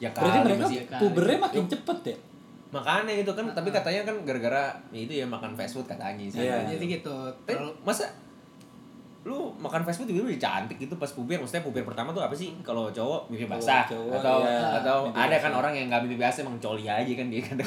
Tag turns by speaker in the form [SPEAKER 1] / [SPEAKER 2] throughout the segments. [SPEAKER 1] ya
[SPEAKER 2] Berarti
[SPEAKER 1] kali
[SPEAKER 2] mereka
[SPEAKER 1] masih ya kali.
[SPEAKER 2] pubernya makin cepet ya?
[SPEAKER 1] makanya gitu kan tapi katanya kan gara-gara ya itu ya makan fast food katanya sih
[SPEAKER 2] Iya.
[SPEAKER 1] Katanya
[SPEAKER 3] Jadi
[SPEAKER 1] gitu.
[SPEAKER 3] gitu.
[SPEAKER 1] tapi
[SPEAKER 3] Terlalu-
[SPEAKER 1] masa lu makan fast food juga udah cantik gitu pas puber maksudnya puber pertama tuh apa sih kalau cowok mimpi
[SPEAKER 2] Kalau
[SPEAKER 1] basah
[SPEAKER 2] cowok,
[SPEAKER 1] atau
[SPEAKER 2] iya,
[SPEAKER 1] atau
[SPEAKER 2] mimpi
[SPEAKER 1] ada kan
[SPEAKER 2] basah.
[SPEAKER 1] orang yang nggak mimpi basah emang coli aja kan dia kan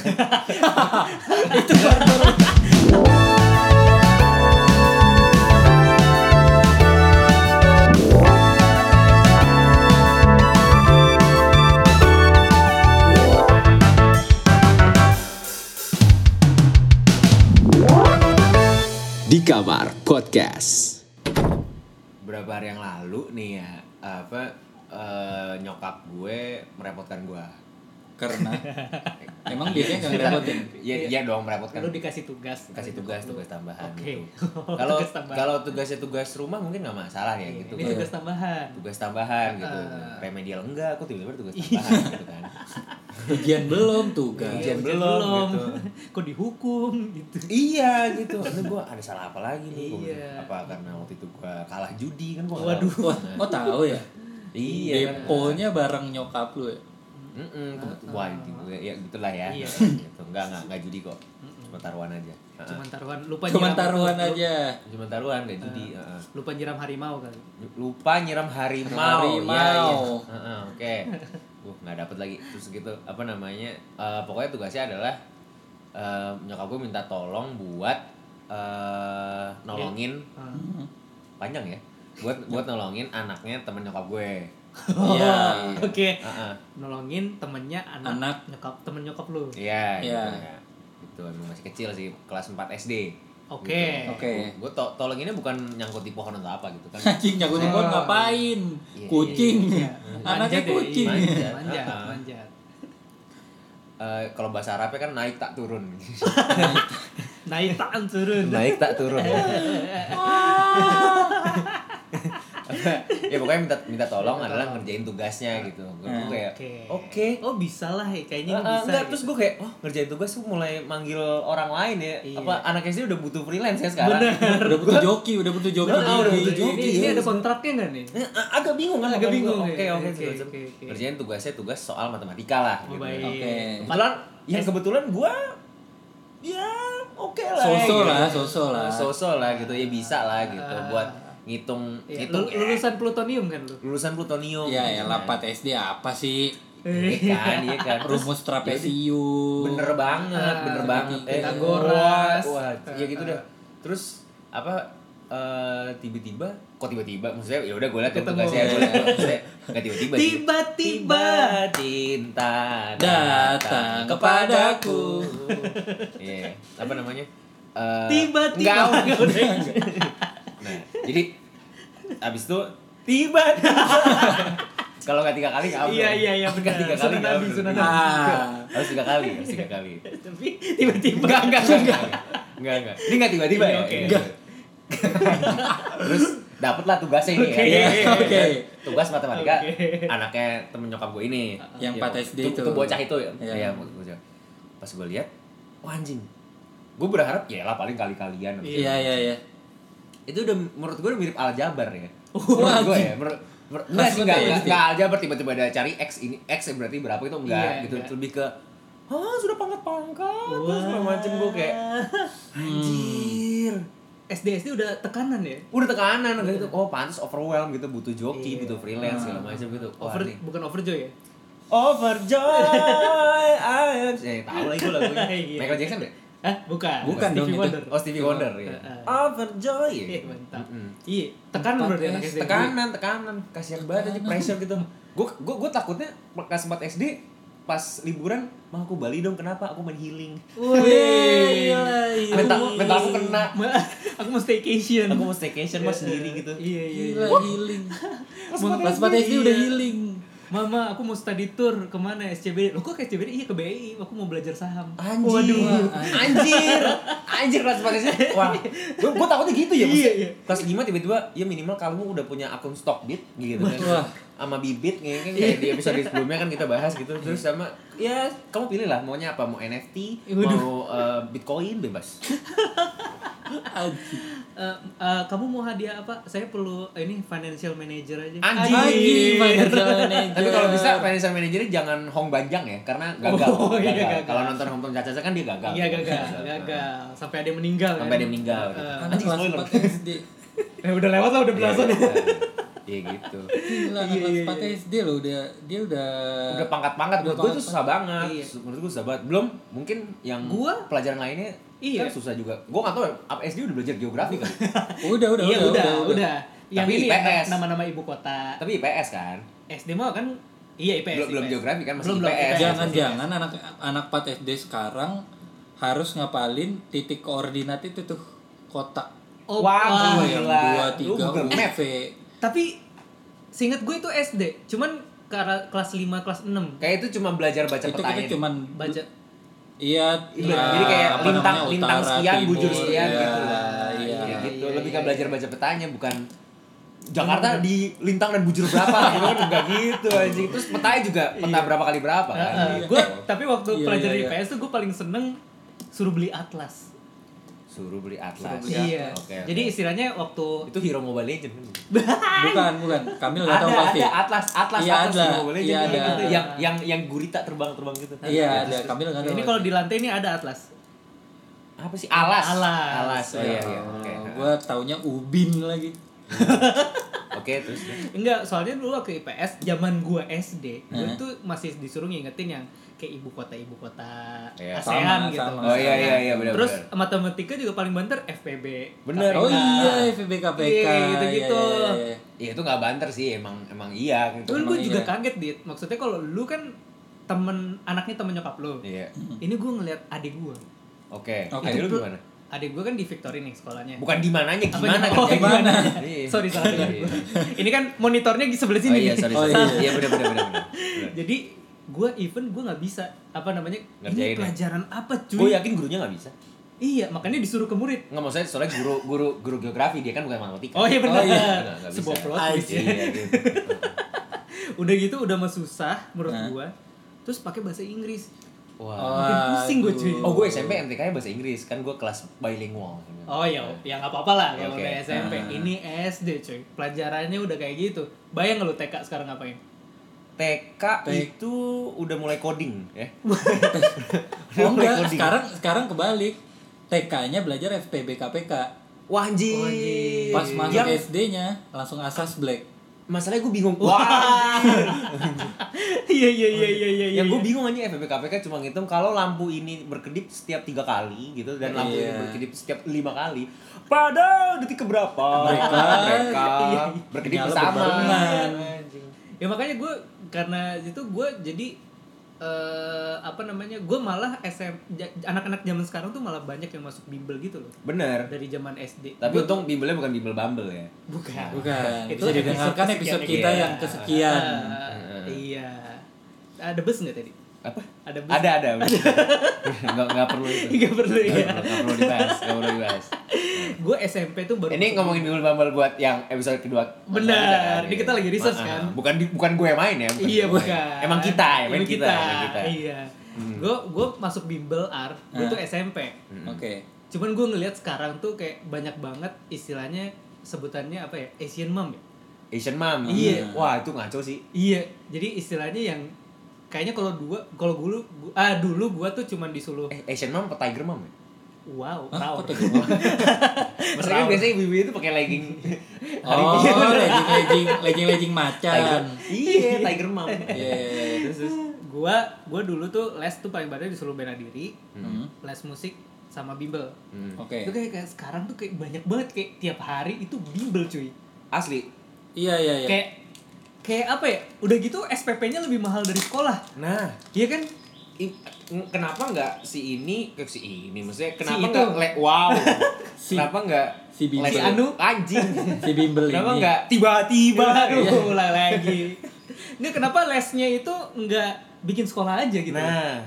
[SPEAKER 4] Di Kamar Podcast.
[SPEAKER 1] berapa hari yang lalu nih ya apa eh, nyokap gue merepotkan gue
[SPEAKER 2] Karena emang biasanya nggak ngerepotin.
[SPEAKER 1] ya iya dong merepotkan
[SPEAKER 3] Lu dikasih tugas.
[SPEAKER 1] kasih tugas tugas tambahan
[SPEAKER 3] Oke.
[SPEAKER 1] gitu. Kalau
[SPEAKER 3] Tugas tambahan. Iya.
[SPEAKER 1] kalau tugasnya tugas rumah mungkin nggak masalah ya gitu.
[SPEAKER 3] Ini tugas tambahan.
[SPEAKER 1] tugas tambahan gitu.
[SPEAKER 3] Ah.
[SPEAKER 1] Remedial enggak, aku tiba-tiba tugas tambahan gitu kan.
[SPEAKER 2] Ujian belum tugas.
[SPEAKER 1] Ujian belum, gitu.
[SPEAKER 3] Kok dihukum gitu.
[SPEAKER 1] iya gitu. Ini gua ada salah apa lagi nih? Gua
[SPEAKER 3] Iya.
[SPEAKER 1] bilang, Apa karena waktu itu gua kalah judi kan gua. nggak
[SPEAKER 2] Waduh,
[SPEAKER 1] tahu.
[SPEAKER 2] wah,
[SPEAKER 1] Nah,
[SPEAKER 2] oh tahu ya?
[SPEAKER 1] Iya.
[SPEAKER 2] Deponya bareng nyokap lu ya?
[SPEAKER 1] Heeh, kebetulan gitu. Ya gitulah ya.
[SPEAKER 3] Iya.
[SPEAKER 1] Gitu. Enggak enggak enggak judi kok. Cuma taruhan aja. Ah, ah.
[SPEAKER 3] Cuman taruhan lupa
[SPEAKER 2] Cuman
[SPEAKER 3] nyiram-
[SPEAKER 2] taruhan
[SPEAKER 3] lu-
[SPEAKER 2] aja.
[SPEAKER 1] Cuma taruhan enggak judi. ah, ah.
[SPEAKER 3] Lupa nyiram harimau kan.
[SPEAKER 1] lupa nyiram harimau,
[SPEAKER 2] Harimau.
[SPEAKER 1] Ya, ya.
[SPEAKER 2] iya.
[SPEAKER 1] Heeh, oke Gua nggak dapet lagi terus gitu apa namanya eh, pokoknya tugasnya adalah eh, nyokap gue minta tolong buat eh, nolongin
[SPEAKER 3] Ah.
[SPEAKER 1] Oh. panjang ya buat buat nolongin anaknya temen nyokap gue
[SPEAKER 2] Iya.
[SPEAKER 3] Oke.
[SPEAKER 1] Heeh.
[SPEAKER 3] Nolongin temennya anak,
[SPEAKER 2] Anak.
[SPEAKER 3] nyokap temen nyokap lu.
[SPEAKER 1] iya gitu
[SPEAKER 2] Iya.
[SPEAKER 1] ya. Gitu, emang masih kecil sih kelas 4 SD
[SPEAKER 3] Oke.
[SPEAKER 1] gue
[SPEAKER 2] Oke.
[SPEAKER 1] Gitu. to tologinnya bukan nyangkut di pohon atau apa gitu kan
[SPEAKER 2] Anjing nyakutin pohon ngapain?
[SPEAKER 1] Iya,
[SPEAKER 2] Kucing.
[SPEAKER 3] Iya.
[SPEAKER 2] Anaknya
[SPEAKER 3] Manjat ya,
[SPEAKER 2] kucing.
[SPEAKER 3] iya.
[SPEAKER 1] Manjat.
[SPEAKER 3] Manjat,
[SPEAKER 1] Ah, ah.
[SPEAKER 3] manjat.
[SPEAKER 1] Eh, kalau bahasa Arabnya kan naik tak turun
[SPEAKER 3] Naik tahan turun.
[SPEAKER 1] naik tak turun ya pokoknya minta minta tolong adalah ngerjain tugasnya gitu gue
[SPEAKER 2] Hmm.
[SPEAKER 1] kayak
[SPEAKER 3] Ah. Oke.
[SPEAKER 1] oke
[SPEAKER 3] Oh bisa lah ya, kayaknya
[SPEAKER 1] Ah,
[SPEAKER 3] ini
[SPEAKER 1] ah,
[SPEAKER 3] bisa.
[SPEAKER 1] enggak
[SPEAKER 3] gitu.
[SPEAKER 1] terus gue kayak oh ngerjain tugas gue mulai manggil orang lain ya
[SPEAKER 3] Iya.
[SPEAKER 1] apa anak SD udah butuh freelance ya sekarang
[SPEAKER 2] Udah butuh joki, udah butuh joki.
[SPEAKER 1] Udah, udah
[SPEAKER 2] gigi.
[SPEAKER 1] butuh joki. iya.
[SPEAKER 3] ini, ini ada kontraknya nggak nih?
[SPEAKER 1] Eh, agak bingung kan
[SPEAKER 3] Agak
[SPEAKER 1] makanya
[SPEAKER 3] bingung,
[SPEAKER 1] gua, oke
[SPEAKER 3] iya.
[SPEAKER 1] oke
[SPEAKER 3] Oke,
[SPEAKER 1] segala macam.
[SPEAKER 3] oke, oke.
[SPEAKER 1] ngerjain tugasnya tugas soal matematika lah
[SPEAKER 3] Oh,
[SPEAKER 1] gitu.
[SPEAKER 3] baik.
[SPEAKER 2] Oke.
[SPEAKER 1] kebetulan ya kebetulan gue ya oke lah
[SPEAKER 2] Sosok
[SPEAKER 1] gitu.
[SPEAKER 2] lah, sosok lah.
[SPEAKER 1] sosok lah gitu ya bisa lah gitu buat ngitung
[SPEAKER 3] Ah. Iya,
[SPEAKER 1] ngitung
[SPEAKER 3] lu- lulusan plutonium kan lu?
[SPEAKER 1] lulusan plutonium
[SPEAKER 2] Iya, ya,
[SPEAKER 1] gitu kan.
[SPEAKER 2] 4 SD apa sih?
[SPEAKER 1] Iya kan iya kan Terus,
[SPEAKER 2] Rumus
[SPEAKER 1] jadi,
[SPEAKER 2] trapesium.
[SPEAKER 1] bener banget
[SPEAKER 3] Ah,
[SPEAKER 1] bener
[SPEAKER 2] seperti
[SPEAKER 1] banget Eh,
[SPEAKER 3] Pythagoras.
[SPEAKER 1] wah, wah, ya gitu deh terus apa eh, tiba-tiba kok tiba-tiba maksudnya ya udah gue liat dong
[SPEAKER 3] Ketemu.
[SPEAKER 1] tugasnya gue liat maksudnya nggak tiba-tiba sih.
[SPEAKER 3] Tiba-tiba.
[SPEAKER 1] cinta
[SPEAKER 2] Datang kepadaku.
[SPEAKER 1] Iya, apa namanya Eh,
[SPEAKER 3] Tiba-tiba.
[SPEAKER 1] nggak, nah jadi abis itu tiba kalau nggak tiga kali nggak
[SPEAKER 3] Iya, iya, iya, benar.
[SPEAKER 1] benar tiga kali
[SPEAKER 3] Sunan
[SPEAKER 1] nggak
[SPEAKER 3] Abi,
[SPEAKER 1] upload.
[SPEAKER 3] Sunan Abi.
[SPEAKER 2] Ah.
[SPEAKER 1] harus tiga kali harus tiga kali
[SPEAKER 3] Tapi tiba-tiba.
[SPEAKER 1] enggak enggak enggak enggak enggak ini nggak tiba-tiba
[SPEAKER 3] Iya,
[SPEAKER 1] ya
[SPEAKER 3] oke.
[SPEAKER 1] Iya, iya. terus dapatlah tugasnya ini
[SPEAKER 3] Oke.
[SPEAKER 1] ya
[SPEAKER 2] Oke.
[SPEAKER 1] tugas matematika
[SPEAKER 3] Oke.
[SPEAKER 1] anaknya temen nyokap gue ini Ya,
[SPEAKER 2] Yang empat SD itu.
[SPEAKER 1] tuh bocah itu ya
[SPEAKER 2] Iya.
[SPEAKER 1] Iya, bocah. pas gue lihat wah anjing gue berharap ya lah paling kali-kalian
[SPEAKER 2] Iya, iya, iya.
[SPEAKER 1] itu udah menurut gue udah mirip aljabar ya
[SPEAKER 2] Wah,
[SPEAKER 1] menurut gue
[SPEAKER 2] anjing.
[SPEAKER 1] ya menurut menurut- Enggak sih, enggak,
[SPEAKER 2] Maksudnya ya,
[SPEAKER 1] enggak,
[SPEAKER 2] pasti.
[SPEAKER 1] enggak aljabar tiba-tiba ada cari X ini, X berarti berapa itu enggak
[SPEAKER 3] Iya,
[SPEAKER 1] gitu,
[SPEAKER 3] enggak.
[SPEAKER 1] lebih ke Ah, sudah pangkat-pangkat, terus segala macem gue kayak Anjir
[SPEAKER 3] Hmm. SD-SD udah tekanan ya?
[SPEAKER 1] Udah tekanan, enggak gitu, oh pantas overwhelm gitu, butuh joki,
[SPEAKER 3] Iya.
[SPEAKER 1] butuh freelance, segala macem gitu Wah,
[SPEAKER 3] Over,
[SPEAKER 1] nih.
[SPEAKER 3] bukan overjoy ya?
[SPEAKER 1] Overjoy, I am Eh, tau lah itu lagunya
[SPEAKER 3] Iya.
[SPEAKER 1] Michael Jackson deh?
[SPEAKER 3] Hah? Bukan.
[SPEAKER 2] Bukan dong
[SPEAKER 3] Stevie
[SPEAKER 2] itu.
[SPEAKER 3] Wonder.
[SPEAKER 1] Oh, Stevie Wonder ya
[SPEAKER 3] Heeh.
[SPEAKER 1] Overjoy
[SPEAKER 3] Iya,
[SPEAKER 1] gitu.
[SPEAKER 3] mantap.
[SPEAKER 1] Mm-mm. ya,
[SPEAKER 3] Iya, tekanan
[SPEAKER 2] Empat
[SPEAKER 3] berarti anak
[SPEAKER 2] SD.
[SPEAKER 3] SD.
[SPEAKER 1] tekanan tekanan kasihan banget aja pressure gitu gue gue gue takutnya kelas 4 SD pas liburan mah aku Bali dong kenapa aku main healing
[SPEAKER 3] Wih. iya.
[SPEAKER 1] mental mental aku kena
[SPEAKER 3] Ma- aku mau staycation.
[SPEAKER 1] aku mau staycation mah sendiri gitu
[SPEAKER 3] Iya, iya. iya.
[SPEAKER 2] Gila, healing.
[SPEAKER 1] empat
[SPEAKER 2] Kelas
[SPEAKER 1] SD,
[SPEAKER 2] 4 SD udah
[SPEAKER 3] iya.
[SPEAKER 2] healing.
[SPEAKER 3] Mama, aku mau study tour kemana SCBD? Loh kok ke SCBD? Iya ke BI, aku mau belajar saham.
[SPEAKER 1] anjir
[SPEAKER 3] Waduh.
[SPEAKER 1] anjir anjir kelas 4 SD wah gue gue takutnya gitu
[SPEAKER 3] Iya,
[SPEAKER 1] ya maksudnya.
[SPEAKER 3] iya.
[SPEAKER 1] kelas 5 tiba-tiba ya minimal kamu udah punya akun Stockbit gitu
[SPEAKER 2] Wah.
[SPEAKER 1] kan sama bibit kayak kan kayak di episode sebelumnya kan kita bahas gitu terus
[SPEAKER 3] Iya.
[SPEAKER 1] sama ya kamu pilih lah maunya apa mau NFT
[SPEAKER 3] Waduh.
[SPEAKER 1] mau eh, Bitcoin bebas
[SPEAKER 2] Anjing.
[SPEAKER 3] eh, eh, kamu mau hadiah apa? Saya perlu eh, ini financial manager aja.
[SPEAKER 1] Anjing.
[SPEAKER 2] Anjing, financial manager.
[SPEAKER 1] Tapi kalau bisa financial manager jangan Hong Banjang ya, karena gagal.
[SPEAKER 3] Oh, iya,
[SPEAKER 1] Gagal.
[SPEAKER 3] gagal.
[SPEAKER 1] Kalau nonton Hong Tom Caca kan dia gagal.
[SPEAKER 3] Iya gagal, gagal. Sampai ada yang meninggal.
[SPEAKER 1] Sampai ada yang meninggal.
[SPEAKER 3] Eh,
[SPEAKER 1] gitu.
[SPEAKER 2] Anak kelas
[SPEAKER 1] spoiler.
[SPEAKER 2] 4 SD.
[SPEAKER 3] eh, udah lewat lah, udah belasan. ya.
[SPEAKER 1] Iya, Iya gitu.
[SPEAKER 2] Gila, anak
[SPEAKER 3] Iya, iya,
[SPEAKER 2] kelas 4 SD loh udah dia udah
[SPEAKER 1] Udah pangkat-pangkat
[SPEAKER 2] Udah
[SPEAKER 1] menurut gue itu
[SPEAKER 2] pangkat-pangkat.
[SPEAKER 1] susah banget.
[SPEAKER 3] Iya.
[SPEAKER 1] Menurut gue susah banget. Belum mungkin yang
[SPEAKER 3] Gua?
[SPEAKER 1] pelajaran lainnya
[SPEAKER 3] Iya.
[SPEAKER 1] kan susah juga. Gue gak tau apa SD udah belajar geografi kan.
[SPEAKER 2] udah udah
[SPEAKER 3] Iya udah, udah. Yang
[SPEAKER 1] Tapi
[SPEAKER 3] ini ya,
[SPEAKER 1] IPS.
[SPEAKER 3] nama-nama ibu kota.
[SPEAKER 1] Tapi IPS kan.
[SPEAKER 3] SD mah kan iya IPS.
[SPEAKER 1] Belum- belum
[SPEAKER 3] IPS.
[SPEAKER 1] geografi kan, masih
[SPEAKER 3] Belum- belum
[SPEAKER 1] IPS.
[SPEAKER 2] Jangan-jangan anak anak 4 SD sekarang harus ngapalin titik koordinat itu tuh kota.
[SPEAKER 3] Oh,
[SPEAKER 1] Wah,
[SPEAKER 3] wah.
[SPEAKER 1] gua
[SPEAKER 2] yang
[SPEAKER 1] Ah, Gila.
[SPEAKER 2] 2
[SPEAKER 1] Lu Google
[SPEAKER 2] 3
[SPEAKER 1] Map.
[SPEAKER 2] UV.
[SPEAKER 3] Tapi seingat gue itu SD, cuman ke arah kelas 5 kelas 6.
[SPEAKER 1] Kayak itu cuma belajar baca
[SPEAKER 2] Itu
[SPEAKER 1] petanya.
[SPEAKER 2] kita
[SPEAKER 1] deh.
[SPEAKER 2] cuman
[SPEAKER 3] Baca
[SPEAKER 2] Iya,
[SPEAKER 1] Iya,
[SPEAKER 2] ah,
[SPEAKER 1] jadi kayak
[SPEAKER 2] apa
[SPEAKER 1] lintang
[SPEAKER 2] namanya,
[SPEAKER 1] lintang
[SPEAKER 2] utara,
[SPEAKER 1] sekian,
[SPEAKER 2] timur,
[SPEAKER 1] bujur sekian
[SPEAKER 2] iya,
[SPEAKER 1] gitu lah.
[SPEAKER 2] Iya.
[SPEAKER 1] Kayak gitu.
[SPEAKER 3] Iya,
[SPEAKER 1] Lebih
[SPEAKER 3] iya,
[SPEAKER 1] kan belajar baca petanya bukan Jakarta di lintang dan bujur berapa gitu kan enggak gitu anjing. Terus petanya juga peta berapa kali berapa kan.
[SPEAKER 3] Iya. Heeh.
[SPEAKER 1] gitu.
[SPEAKER 3] Gue Eh, tapi waktu
[SPEAKER 2] Iya,
[SPEAKER 3] pelajaran
[SPEAKER 2] iya, iya.
[SPEAKER 3] IPS tuh gue paling seneng suruh beli atlas.
[SPEAKER 1] Suruh beli atlas.
[SPEAKER 3] Iya.
[SPEAKER 1] Oke. oke.
[SPEAKER 3] Jadi istilahnya waktu
[SPEAKER 1] itu Hero Mobile Legend kan?
[SPEAKER 2] Bukan, bukan. Kamil nggak
[SPEAKER 1] Ada,
[SPEAKER 2] tahu pasti.
[SPEAKER 1] ada atlas, atlas,
[SPEAKER 2] Iya,
[SPEAKER 1] atlas
[SPEAKER 2] ada.
[SPEAKER 1] Hero Mobile Legend.
[SPEAKER 2] Iya, ada.
[SPEAKER 1] gitu. Yang yang yang gurita terbang-terbang gitu.
[SPEAKER 2] Iya, ada. Kamil nggak tahu.
[SPEAKER 3] ini kalau di lantai ini ada atlas.
[SPEAKER 1] Apa sih? Alas.
[SPEAKER 3] Alas.
[SPEAKER 1] Alas. Oh iya, iya. Oke.
[SPEAKER 2] Oke. Gua taunya Ubin lagi.
[SPEAKER 1] Oke, terus
[SPEAKER 3] Enggak, soalnya dulu waktu IPS zaman gua SD, gua tuh masih disuruh ngingetin yang kayak ibu kota ibu kota
[SPEAKER 1] Iya.
[SPEAKER 3] ASEAN
[SPEAKER 2] Sama,
[SPEAKER 3] gitu.
[SPEAKER 2] sama.
[SPEAKER 1] Oh iya iya iya benar.
[SPEAKER 3] Terus
[SPEAKER 1] benar.
[SPEAKER 3] matematika juga paling banter FPB.
[SPEAKER 1] Bener.
[SPEAKER 3] KPK.
[SPEAKER 2] Oh iya, FBKPK.
[SPEAKER 3] Iya, gitu-gitu.
[SPEAKER 2] Iya, iya,
[SPEAKER 1] Ya
[SPEAKER 2] iya.
[SPEAKER 1] itu nggak banter sih, emang emang iya gitu.
[SPEAKER 3] Terus gue
[SPEAKER 2] Emang
[SPEAKER 3] juga
[SPEAKER 2] iya.
[SPEAKER 3] kaget dit. Maksudnya kalau lu kan temen anaknya temen nyokap lu.
[SPEAKER 1] Iya.
[SPEAKER 3] Ini gue ngeliat adik gue.
[SPEAKER 1] Oke.
[SPEAKER 2] Oke.
[SPEAKER 1] Adik lu gimana?
[SPEAKER 3] Adik gue kan di Victory nih sekolahnya.
[SPEAKER 1] Bukan di mananya
[SPEAKER 3] Apa
[SPEAKER 1] gimana
[SPEAKER 3] Oh,
[SPEAKER 1] kerjanya?
[SPEAKER 2] gimana?
[SPEAKER 1] Iya.
[SPEAKER 3] Sorry salah. dengar
[SPEAKER 1] Iya.
[SPEAKER 3] gua. Ini kan monitornya di sebelah
[SPEAKER 1] Oh
[SPEAKER 3] sini.
[SPEAKER 1] iya, sorry.
[SPEAKER 2] Oh,
[SPEAKER 1] sorry. Iya
[SPEAKER 2] iya.
[SPEAKER 1] benar benar benar benar.
[SPEAKER 3] Jadi gue even gue nggak bisa apa namanya
[SPEAKER 1] Ngerjain ya? Oh,
[SPEAKER 3] ini pelajaran apa cuy
[SPEAKER 1] Gue yakin gurunya nggak bisa.
[SPEAKER 3] iya makanya disuruh ke murid
[SPEAKER 1] Nggak maksudnya soalnya guru guru guru geografi dia kan bukan matematika.
[SPEAKER 3] oh iya benar
[SPEAKER 2] Oh, iya.
[SPEAKER 1] Nggak- nggak bisa.
[SPEAKER 3] sebuah plot twist ya.
[SPEAKER 1] Iya, gitu.
[SPEAKER 3] udah gitu udah mah susah menurut
[SPEAKER 2] Nah.
[SPEAKER 3] gua terus pakai bahasa Inggris Oh.
[SPEAKER 1] Wah.
[SPEAKER 2] Makin
[SPEAKER 3] pusing gua, cuy.
[SPEAKER 1] Oh gue SMP MTK nya bahasa Inggris kan gue kelas bilingual.
[SPEAKER 3] oh ya ya nggak apa-apa lah kalau
[SPEAKER 1] Oke.
[SPEAKER 3] udah SMP
[SPEAKER 2] Ah.
[SPEAKER 3] ini SD cuy pelajarannya udah kayak gitu bayang nggak lu TK sekarang ngapain
[SPEAKER 1] TK itu udah mulai coding ya.
[SPEAKER 2] Oh enggak, sekarang sekarang kebalik. TK-nya belajar FPBKPK.
[SPEAKER 1] Wah anjir.
[SPEAKER 3] Oh,
[SPEAKER 2] Pas masuk
[SPEAKER 1] Iya. Yang-
[SPEAKER 2] SD-nya langsung asas black.
[SPEAKER 1] masalahnya gue bingung. Wah.
[SPEAKER 3] iya iya iya iya iya
[SPEAKER 1] yang gue
[SPEAKER 3] iya.
[SPEAKER 1] Ya, bingung aja FPPKPK cuma ngitung kalau lampu ini berkedip setiap tiga kali gitu dan lampu ini
[SPEAKER 2] Iya.
[SPEAKER 1] berkedip setiap lima kali pada detik keberapa
[SPEAKER 2] Mereka-
[SPEAKER 1] mereka
[SPEAKER 2] Iya.
[SPEAKER 1] berkedip
[SPEAKER 2] Nyala
[SPEAKER 1] bersama
[SPEAKER 2] berbarengan.
[SPEAKER 3] ya makanya gue karena itu gue jadi eh apa namanya gue malah SM ja- anak-anak zaman sekarang tuh malah banyak yang masuk bimbel gitu loh
[SPEAKER 1] bener
[SPEAKER 3] dari zaman SD
[SPEAKER 1] tapi
[SPEAKER 3] Gua-
[SPEAKER 1] untung bimbelnya bukan bimbel bumble ya
[SPEAKER 3] bukan
[SPEAKER 2] Bukan.
[SPEAKER 3] Itu
[SPEAKER 2] Bisa didengarkan
[SPEAKER 3] episode
[SPEAKER 2] episode
[SPEAKER 3] kesekian
[SPEAKER 2] kita
[SPEAKER 3] ya.
[SPEAKER 2] yang kesekian.
[SPEAKER 3] Ah, iya ada bus nggak tadi
[SPEAKER 1] apa
[SPEAKER 3] ada bus
[SPEAKER 1] ada ada udah. nggak nggak perlu itu
[SPEAKER 3] Nggak perlu,
[SPEAKER 1] Nggak
[SPEAKER 3] iya.
[SPEAKER 1] perlu- nggak perlu dibahas nggak perlu dibahas
[SPEAKER 3] gue SMP tuh baru masuk
[SPEAKER 1] ini ngomongin bimbel bumble buat yang episode kedua
[SPEAKER 3] Benar, ini kita lagi research
[SPEAKER 1] Maaf.
[SPEAKER 3] kan?
[SPEAKER 1] Ah, bukan di- bukan gue yang main ya bukan
[SPEAKER 3] Iya
[SPEAKER 1] gue yang main.
[SPEAKER 3] bukan.
[SPEAKER 1] emang kita emang
[SPEAKER 3] Emang
[SPEAKER 1] kita, emang kita. Hmm.
[SPEAKER 3] Iya. Gue gue masuk bimbel R, gue
[SPEAKER 1] Eh.
[SPEAKER 3] tuh SMP.
[SPEAKER 2] Oke.
[SPEAKER 3] Cuman gue ngelihat sekarang tuh kayak banyak banget istilahnya sebutannya apa ya Asian mom ya.
[SPEAKER 1] Asian Mom. Nah.
[SPEAKER 3] Iya.
[SPEAKER 1] Wah, itu ngaco sih.
[SPEAKER 3] Iya. Jadi istilahnya yang kayaknya kalau dua kalau dulu gua- ah dulu gue tuh cuman disuruh
[SPEAKER 1] Eh, Asian Mom apa Tiger Mom ya?
[SPEAKER 3] wow
[SPEAKER 2] Hah,
[SPEAKER 3] raw.
[SPEAKER 2] kok tiga orang?
[SPEAKER 1] Maksudnya kan biasanya ibu-ibu itu pakai legging.
[SPEAKER 2] Oh, legging-legging legging-legging
[SPEAKER 1] Tiger.
[SPEAKER 2] macan.
[SPEAKER 1] iya, Tiger Mom.
[SPEAKER 2] Iya.
[SPEAKER 3] Terus, terus gue gue dulu tuh les tuh paling banyak disuruh bela diri,
[SPEAKER 2] Hmm,
[SPEAKER 3] les musik sama bimbel.
[SPEAKER 1] Hmm.
[SPEAKER 2] Oke.
[SPEAKER 3] Itu kayak, kayak sekarang tuh kayak banyak banget kayak tiap hari itu bimbel cuy.
[SPEAKER 1] Asli.
[SPEAKER 2] Iya, iya, iya.
[SPEAKER 3] Kayak kayak apa ya? Udah gitu SPP-nya lebih mahal dari sekolah.
[SPEAKER 1] Nah,
[SPEAKER 3] Iya kan?
[SPEAKER 1] i- kenapa nggak si ini ke si ini? Maksudnya kenapa
[SPEAKER 3] itu.
[SPEAKER 1] nggak le- wow?
[SPEAKER 2] Si-
[SPEAKER 1] kenapa nggak
[SPEAKER 2] si Bimbel.
[SPEAKER 1] les anu anjing?
[SPEAKER 2] Si bimbel ini.
[SPEAKER 1] kenapa nggak
[SPEAKER 2] Gitu.
[SPEAKER 1] tiba-tiba?
[SPEAKER 3] Baru
[SPEAKER 2] Iya.
[SPEAKER 3] mulai lagi. Nggak kenapa lesnya itu nggak bikin sekolah aja gitu.
[SPEAKER 1] Nah,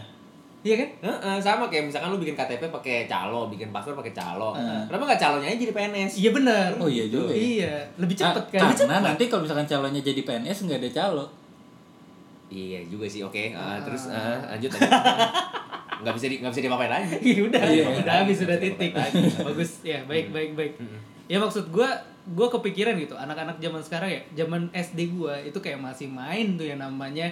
[SPEAKER 3] Iya kan?
[SPEAKER 1] heeh, sama kayak misalkan lu bikin KTP pakai calo, bikin paspor pakai calo.
[SPEAKER 2] Heeh.
[SPEAKER 1] Kenapa nggak calonya aja jadi PNS?
[SPEAKER 3] Iya benar.
[SPEAKER 2] Oh iya juga ya.
[SPEAKER 3] Iya, lebih
[SPEAKER 2] Ah,
[SPEAKER 3] cepet kan.
[SPEAKER 2] Karena nanti kalau misalkan calonnya jadi PNS nggak ada calo.
[SPEAKER 1] Iya juga sih, oke. Ah, terus ah, lanjut aja. Nggak bisa di nggak bisa diapa-apain lagi.
[SPEAKER 3] Iya udah,
[SPEAKER 2] Iya.
[SPEAKER 3] udah habis
[SPEAKER 1] Iya.
[SPEAKER 3] sudah titik.
[SPEAKER 1] Iya.
[SPEAKER 2] Hmm.
[SPEAKER 3] Bagus ya, baik baik baik. ya maksud gue gue kepikiran gitu anak-anak zaman sekarang ya zaman SD gue itu kayak masih main tuh yang namanya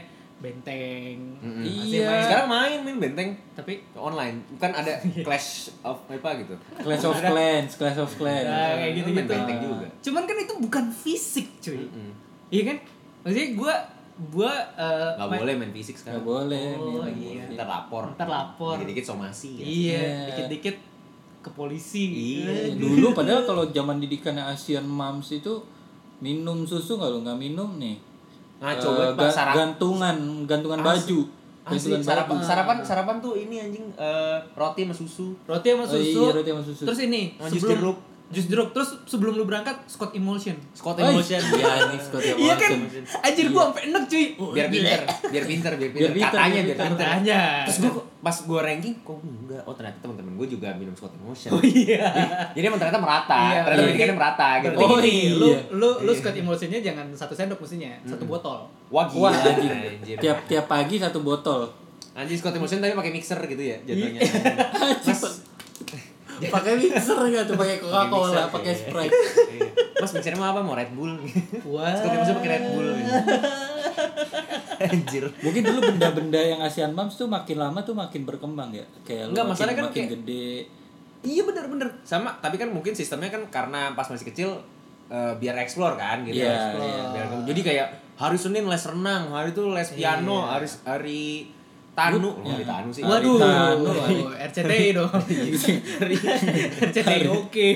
[SPEAKER 3] benteng
[SPEAKER 1] Mm-mm.
[SPEAKER 3] Masih
[SPEAKER 2] Iya.
[SPEAKER 3] main.
[SPEAKER 1] Sekarang main main benteng
[SPEAKER 3] tapi
[SPEAKER 1] online. Kan ada Clash of apa gitu.
[SPEAKER 2] Clash of Clans, Clash of Clans.
[SPEAKER 3] Nah, kayak gitu
[SPEAKER 1] Main
[SPEAKER 3] gitu.
[SPEAKER 1] benteng juga.
[SPEAKER 3] Cuman kan itu bukan fisik, cuy.
[SPEAKER 2] Hmm.
[SPEAKER 1] Mm-mm.
[SPEAKER 3] Iya kan? Maksudnya gue gue eh,
[SPEAKER 1] Gak
[SPEAKER 3] main-
[SPEAKER 1] boleh main fisik
[SPEAKER 2] Gak
[SPEAKER 1] sekarang.
[SPEAKER 2] boleh.
[SPEAKER 3] Oh,
[SPEAKER 2] nih.
[SPEAKER 3] iya.
[SPEAKER 1] Ntar lapor.
[SPEAKER 3] Ntar lapor.
[SPEAKER 1] Dikit-dikit somasi. ya.
[SPEAKER 3] Iya,
[SPEAKER 2] Iya.
[SPEAKER 3] dikit-dikit ke polisi. gitu.
[SPEAKER 1] Iya.
[SPEAKER 3] Aduh.
[SPEAKER 2] Dulu padahal kalau zaman didikannya Asian Moms itu minum susu nggak lo nggak minum nih.
[SPEAKER 1] Ngaco
[SPEAKER 2] Eh,
[SPEAKER 1] banget Ah, Pak.
[SPEAKER 2] ga-
[SPEAKER 1] sarap.
[SPEAKER 2] gantungan, gantungan
[SPEAKER 1] Asli.
[SPEAKER 2] baju.
[SPEAKER 1] Asli,
[SPEAKER 2] Gantungan
[SPEAKER 1] Ah, sarapan,
[SPEAKER 2] baju.
[SPEAKER 1] sarapan, sarapan tuh ini anjing eh, roti sama susu.
[SPEAKER 3] Roti sama
[SPEAKER 2] Oh,
[SPEAKER 3] susu.
[SPEAKER 2] iya, roti sama susu.
[SPEAKER 3] Terus ini
[SPEAKER 1] Sama jus jeruk.
[SPEAKER 3] Jus jeruk. Terus sebelum lu berangkat Scott Emulsion.
[SPEAKER 1] Scott
[SPEAKER 2] Oi.
[SPEAKER 1] Emotion.
[SPEAKER 2] Iya, ini Scott Emulsion.
[SPEAKER 3] Iya kan? Anjir gua sampai enak, cuy.
[SPEAKER 1] biar pinter, biar pinter, biar pinter.
[SPEAKER 2] Biar pinter,
[SPEAKER 1] Katanya biar
[SPEAKER 2] biar pinter.
[SPEAKER 1] pinter.
[SPEAKER 3] Katanya.
[SPEAKER 1] Terus
[SPEAKER 2] Iya.
[SPEAKER 1] gue pas gue ranking kok enggak. Oh ternyata teman-teman gue juga minum Scott Emotion.
[SPEAKER 3] Oh iya.
[SPEAKER 1] Jadi emang ternyata merata.
[SPEAKER 3] Iya,
[SPEAKER 1] ternyata
[SPEAKER 3] berarti-
[SPEAKER 1] pendidikannya merata gitu.
[SPEAKER 2] Oh,
[SPEAKER 3] Berarti
[SPEAKER 2] iya.
[SPEAKER 3] Lu lu lu Scott Emulsionnya jangan satu sendok mestinya, satu botol.
[SPEAKER 1] Wah gila.
[SPEAKER 2] Wah, anjing.
[SPEAKER 1] anjir.
[SPEAKER 2] tiap tiap pagi satu botol.
[SPEAKER 1] Anjing Scott Emotion tapi pakai mixer gitu ya jatuhnya.
[SPEAKER 2] Iya. Anjing, Pak. pakai mixer nggak tuh pakai Coca-Cola,
[SPEAKER 1] mixer,
[SPEAKER 2] pakai
[SPEAKER 1] iya.
[SPEAKER 2] Sprite.
[SPEAKER 1] Iya. Mas mixernya mau apa? Mau Red Bull.
[SPEAKER 3] Wah.
[SPEAKER 1] Scott Emotion pakai Red Bull. gitu. Anjir.
[SPEAKER 2] Mungkin dulu benda-benda yang Asian Moms tuh makin lama tuh makin berkembang ya. Kayak lu
[SPEAKER 1] Nggak,
[SPEAKER 2] makin,
[SPEAKER 1] masalahnya kan
[SPEAKER 2] makin
[SPEAKER 1] kayak-
[SPEAKER 2] gede.
[SPEAKER 1] Iya bener-bener sama tapi kan mungkin sistemnya kan karena pas masih kecil eh, biar explore kan gitu
[SPEAKER 2] Iya,
[SPEAKER 1] explore.
[SPEAKER 2] iya.
[SPEAKER 1] Biar- jadi kayak hari Senin les renang hari itu les piano hari hari tanu loh hari tanu sih
[SPEAKER 3] Waduh,
[SPEAKER 2] Tanu,
[SPEAKER 3] RCTI dong.
[SPEAKER 1] Iya.
[SPEAKER 3] RCTI oke.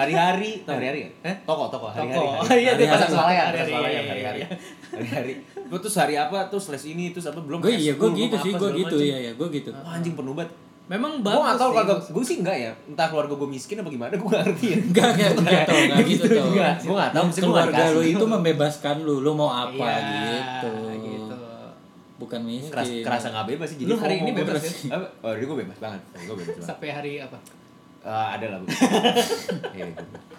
[SPEAKER 1] hari-hari tau hari-hari ya?
[SPEAKER 3] Hah?
[SPEAKER 1] toko toko hari-hari
[SPEAKER 3] Toko. Iya,
[SPEAKER 1] hari-hari.
[SPEAKER 3] dia
[SPEAKER 1] Hari-hari,
[SPEAKER 3] pasang
[SPEAKER 1] swalayan,
[SPEAKER 3] hari-hari,
[SPEAKER 1] pasang swalayan,
[SPEAKER 3] iya, iya,
[SPEAKER 1] hari-hari hari-hari Gua terus hari apa terus les ini terus apa belum
[SPEAKER 2] Gue iya, gue
[SPEAKER 1] S10,
[SPEAKER 2] gitu
[SPEAKER 1] belum
[SPEAKER 2] sih,
[SPEAKER 1] apa,
[SPEAKER 2] gue
[SPEAKER 1] segala
[SPEAKER 2] gitu
[SPEAKER 1] macem.
[SPEAKER 2] ya, ya, gue gitu.
[SPEAKER 1] wah anjing penuh banget
[SPEAKER 3] Memang
[SPEAKER 1] gue
[SPEAKER 3] bagus.
[SPEAKER 1] gak tau
[SPEAKER 3] sih.
[SPEAKER 1] keluarga gue sih enggak ya entah keluarga gue miskin apa gimana gue gak ngerti ya
[SPEAKER 2] Enggak, enggak, enggak tau, enggak gitu tau.
[SPEAKER 1] Enggak, gua nggak Ah, tahu, mesti gua nggak
[SPEAKER 2] Keluarga lu
[SPEAKER 1] dikasih. gitu.
[SPEAKER 2] itu membebaskan lu, lu mau apa
[SPEAKER 3] Iya,
[SPEAKER 2] gitu.
[SPEAKER 3] gitu.
[SPEAKER 2] Bukan miskin.
[SPEAKER 1] Keras, kerasa nggak bebas sih jadi
[SPEAKER 3] Lu hari
[SPEAKER 1] FOMO.
[SPEAKER 3] ini bebas
[SPEAKER 1] Apa? oh hari ini gue bebas banget hari gue bebas banget
[SPEAKER 3] Sampai hari apa?
[SPEAKER 1] Eh, ada lah Bu. Iya, iya.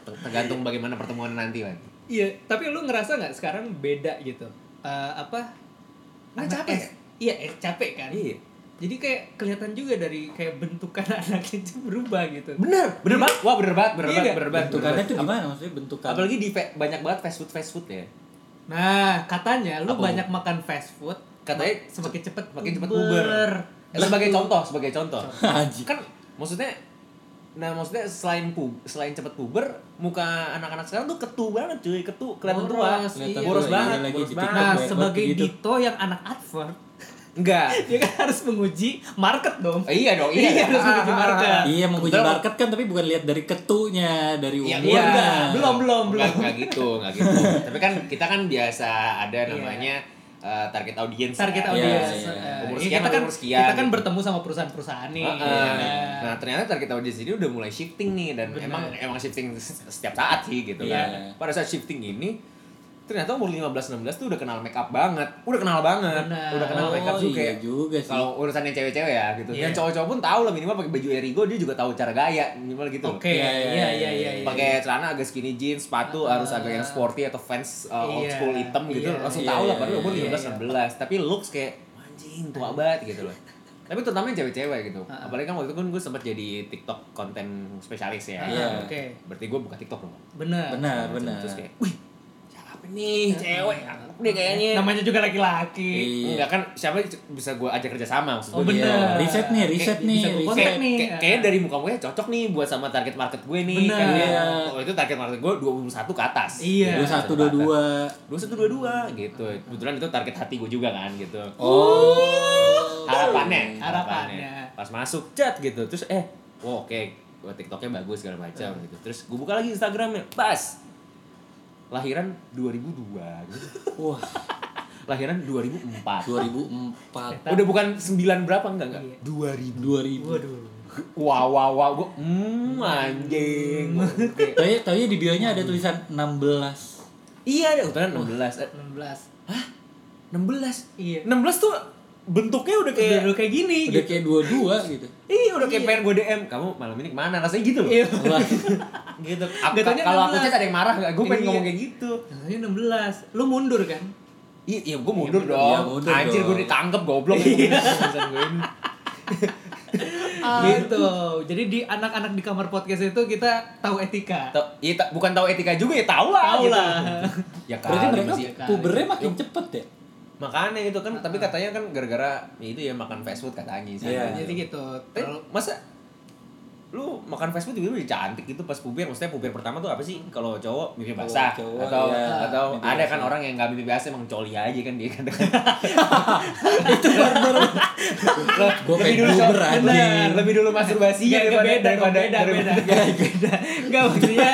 [SPEAKER 1] tergantung bagaimana pertemuan nanti kan
[SPEAKER 3] Iya, tapi lu ngerasa nggak sekarang beda gitu? Eh, apa?
[SPEAKER 1] Nah,
[SPEAKER 3] Anak
[SPEAKER 1] capek.
[SPEAKER 3] S- Iya, eh, capek kan.
[SPEAKER 1] Iya.
[SPEAKER 3] Jadi kayak kelihatan juga dari kayak bentukan anaknya itu berubah gitu.
[SPEAKER 1] bener bener banget wah bener banget bener
[SPEAKER 3] Iya
[SPEAKER 1] banget
[SPEAKER 3] nggak?
[SPEAKER 1] bener banget bener
[SPEAKER 2] Bentukannya
[SPEAKER 1] banget.
[SPEAKER 2] tuh gimana maksudnya bentukan?
[SPEAKER 1] apalagi di fa- banyak banget fast food fast food ya
[SPEAKER 3] Nah, katanya lu
[SPEAKER 1] Apa?
[SPEAKER 3] banyak makan fast food,
[SPEAKER 1] Katanya
[SPEAKER 3] mak- semakin cepet Nah,
[SPEAKER 1] makin cepet Uber. Eh, Sebagai contoh, sebagai contoh.
[SPEAKER 2] Haji.
[SPEAKER 1] Kan maksudnya nah maksudnya selain pub, selain cepet puber, muka anak-anak sekarang tuh ketu banget cuy, ketu kelihatan tua.
[SPEAKER 3] Boros,
[SPEAKER 2] Kelihatan
[SPEAKER 3] iya.
[SPEAKER 2] tua,
[SPEAKER 1] Boros
[SPEAKER 2] iya,
[SPEAKER 1] banget,
[SPEAKER 2] lagi
[SPEAKER 1] boros
[SPEAKER 2] di
[SPEAKER 1] banget.
[SPEAKER 2] TikTok
[SPEAKER 3] Nah,
[SPEAKER 2] banyak
[SPEAKER 3] sebagai
[SPEAKER 2] banget begitu.
[SPEAKER 3] Dito yang anak advert,
[SPEAKER 1] Enggak.
[SPEAKER 3] dia kan harus menguji market dong.
[SPEAKER 1] Eh, iya dong, iya.
[SPEAKER 3] Iya, harus menguji market.
[SPEAKER 1] ah.
[SPEAKER 2] Iya, mau uji
[SPEAKER 1] Betul.
[SPEAKER 2] market kan tapi bukan lihat dari ketunya, dari
[SPEAKER 1] Iya,
[SPEAKER 2] umurnya.
[SPEAKER 1] iya.
[SPEAKER 3] enggak. Belum, belum,
[SPEAKER 1] Enggak,
[SPEAKER 3] belum.
[SPEAKER 1] enggak gitu, enggak gitu. Tapi kan kita kan biasa ada namanya eh, target audience.
[SPEAKER 3] target
[SPEAKER 1] kan.
[SPEAKER 3] audiens.
[SPEAKER 2] iya.
[SPEAKER 3] Eh,
[SPEAKER 1] Umur
[SPEAKER 3] ini
[SPEAKER 1] sekian
[SPEAKER 3] kita
[SPEAKER 1] sama
[SPEAKER 3] kan
[SPEAKER 1] umur sekian,
[SPEAKER 3] kita kan
[SPEAKER 1] gitu.
[SPEAKER 3] bertemu sama perusahaan-perusahaan nih.
[SPEAKER 1] Heeh.
[SPEAKER 3] Nah,
[SPEAKER 1] Nah ternyata target audience ini udah mulai shifting nih dan
[SPEAKER 3] Benar.
[SPEAKER 1] emang emang shifting s- setiap saat sih gitu
[SPEAKER 2] Iya.
[SPEAKER 1] kan. Pada saat shifting ini ternyata umur 15 16 tuh udah kenal make up banget. Udah kenal banget.
[SPEAKER 3] Benar.
[SPEAKER 1] Udah kenal make up
[SPEAKER 2] Oh,
[SPEAKER 1] juga. ya.
[SPEAKER 2] iya juga sih.
[SPEAKER 1] Kalau urusan yang cewek-cewek ya gitu.
[SPEAKER 3] Iya.
[SPEAKER 1] Dan cowok-cowok pun tahu lah minimal pakai baju Erigo dia juga tahu cara gaya minimal gitu. loh.
[SPEAKER 3] Oke,
[SPEAKER 2] Iya,
[SPEAKER 3] iya
[SPEAKER 2] iya,
[SPEAKER 3] iya iya.
[SPEAKER 2] iya,
[SPEAKER 3] iya.
[SPEAKER 1] Pakai celana agak skinny jeans, sepatu harus agak yang sporty atau fans uh,
[SPEAKER 3] Ah.
[SPEAKER 1] old
[SPEAKER 3] Iya.
[SPEAKER 1] school hitam gitu.
[SPEAKER 3] Iya.
[SPEAKER 1] Langsung
[SPEAKER 2] Iya,
[SPEAKER 1] tahu lah
[SPEAKER 2] iya,
[SPEAKER 1] padahal umur
[SPEAKER 3] iya,
[SPEAKER 1] 15 16, tapi looks kayak anjing tua banget gitu loh. Tapi terutama yang cewek-cewek gitu.
[SPEAKER 3] Ah.
[SPEAKER 1] Apalagi kan waktu itu kan gue sempat jadi TikTok konten spesialis ya.
[SPEAKER 3] Ah,
[SPEAKER 2] Iya.
[SPEAKER 3] Oke.
[SPEAKER 1] Berarti gue buka TikTok dong.
[SPEAKER 3] Benar.
[SPEAKER 2] Benar, benar.
[SPEAKER 1] Iya, Terus kayak, wih siapa
[SPEAKER 3] Ah.
[SPEAKER 1] nih cewek? Aku deh kayaknya.
[SPEAKER 3] Namanya juga laki-laki.
[SPEAKER 2] Iya.
[SPEAKER 1] Enggak kan siapa yang bisa gue ajak kerjasama maksud
[SPEAKER 3] Oh,
[SPEAKER 1] gue gitu.
[SPEAKER 2] Iya,
[SPEAKER 3] bener.
[SPEAKER 2] riset nih, riset
[SPEAKER 3] Kayak
[SPEAKER 2] nih,
[SPEAKER 3] bisa gua kontak
[SPEAKER 2] riset.
[SPEAKER 3] nih. ya.
[SPEAKER 1] Kayak- kayaknya dari muka mukanya cocok nih buat sama target market gue nih.
[SPEAKER 3] Benar.
[SPEAKER 1] Kayaknya, oh itu target market gue 21 ke atas.
[SPEAKER 3] Iya.
[SPEAKER 2] Dua satu dua dua.
[SPEAKER 1] 2122 gitu. Kebetulan itu target hati gue juga kan gitu.
[SPEAKER 2] Oh.
[SPEAKER 1] Harapannya,
[SPEAKER 3] Harapannya.
[SPEAKER 1] Pas masuk chat gitu. Terus eh, wow, oke. Wah, TikToknya bagus segala macam
[SPEAKER 3] Iya.
[SPEAKER 1] gitu. Terus gue buka lagi Instagramnya, pas lahiran 2002 gitu.
[SPEAKER 2] Wah,
[SPEAKER 1] lahiran 2004
[SPEAKER 2] 2004.
[SPEAKER 1] udah bukan 9 berapa enggak enggak
[SPEAKER 3] Iya.
[SPEAKER 1] 2000
[SPEAKER 2] 2000.
[SPEAKER 3] Waduh.
[SPEAKER 1] wow wow wow gue hmm anjing Kayak,
[SPEAKER 2] Tapi tapi di bio-nya ada tulisan 16.
[SPEAKER 1] iya ada utaranya 16 Eh,
[SPEAKER 3] 16.
[SPEAKER 1] hah 16
[SPEAKER 3] Iya.
[SPEAKER 1] 16 tuh bentuknya
[SPEAKER 3] Udah
[SPEAKER 1] udah kayak
[SPEAKER 3] dulu kayak gini
[SPEAKER 2] Udah
[SPEAKER 3] gitu.
[SPEAKER 2] kayak 22 gitu.
[SPEAKER 1] Iya udah kayak pengen gue DM Kamu malam ini kemana rasanya gitu loh
[SPEAKER 3] Iya.
[SPEAKER 2] Wah,
[SPEAKER 1] Gitu Aku-
[SPEAKER 3] Gak taunya
[SPEAKER 1] Kalau aku
[SPEAKER 3] 16.
[SPEAKER 1] chat ada yang marah gak Gue pengen
[SPEAKER 3] Iya.
[SPEAKER 1] ngomong kayak gitu
[SPEAKER 3] Rasanya 16. Lu mundur kan?
[SPEAKER 1] Iya iya gue mundur
[SPEAKER 2] Iya,
[SPEAKER 1] dong
[SPEAKER 2] mundur
[SPEAKER 1] Anjir
[SPEAKER 2] dong.
[SPEAKER 1] gue ditangkep goblok Iya. Urusan gue ini.
[SPEAKER 5] Ah.
[SPEAKER 3] gitu. Jadi di anak-anak di kamar podcast itu kita tahu etika.
[SPEAKER 1] Tau, iya, ta- bukan tahu etika juga ya tahu lah.
[SPEAKER 3] Tahu
[SPEAKER 1] gitu.
[SPEAKER 3] lah.
[SPEAKER 1] Ya kali
[SPEAKER 2] Berarti mereka
[SPEAKER 1] masih-
[SPEAKER 2] pubernya makin cepet ya.
[SPEAKER 1] Makanya itu kan, tapi katanya kan gara-gara ya itu ya makan fast food katanya sih.
[SPEAKER 2] Iya.
[SPEAKER 1] Jadi
[SPEAKER 3] Jadi gitu.
[SPEAKER 1] Eh,
[SPEAKER 3] Terlalu-
[SPEAKER 1] masa lu makan fast food tiba-tiba udah cantik gitu pas puber maksudnya puber pertama tuh apa sih kalau cowok mimpi
[SPEAKER 2] Kalau
[SPEAKER 1] basah
[SPEAKER 2] cowok,
[SPEAKER 1] atau
[SPEAKER 2] iya,
[SPEAKER 1] atau
[SPEAKER 2] mimpi
[SPEAKER 1] ada kan
[SPEAKER 2] basah.
[SPEAKER 1] orang yang nggak mimpi basah emang coli aja kan dia kan
[SPEAKER 2] Itu barbar. Gue pengen puber
[SPEAKER 1] bener,
[SPEAKER 2] anjing.
[SPEAKER 1] lebih dulu masturbasi
[SPEAKER 3] Iya,
[SPEAKER 1] daripada
[SPEAKER 3] beda,
[SPEAKER 1] daripada,
[SPEAKER 3] beda, beda,
[SPEAKER 1] daripada-
[SPEAKER 3] beda. Enggak maksudnya.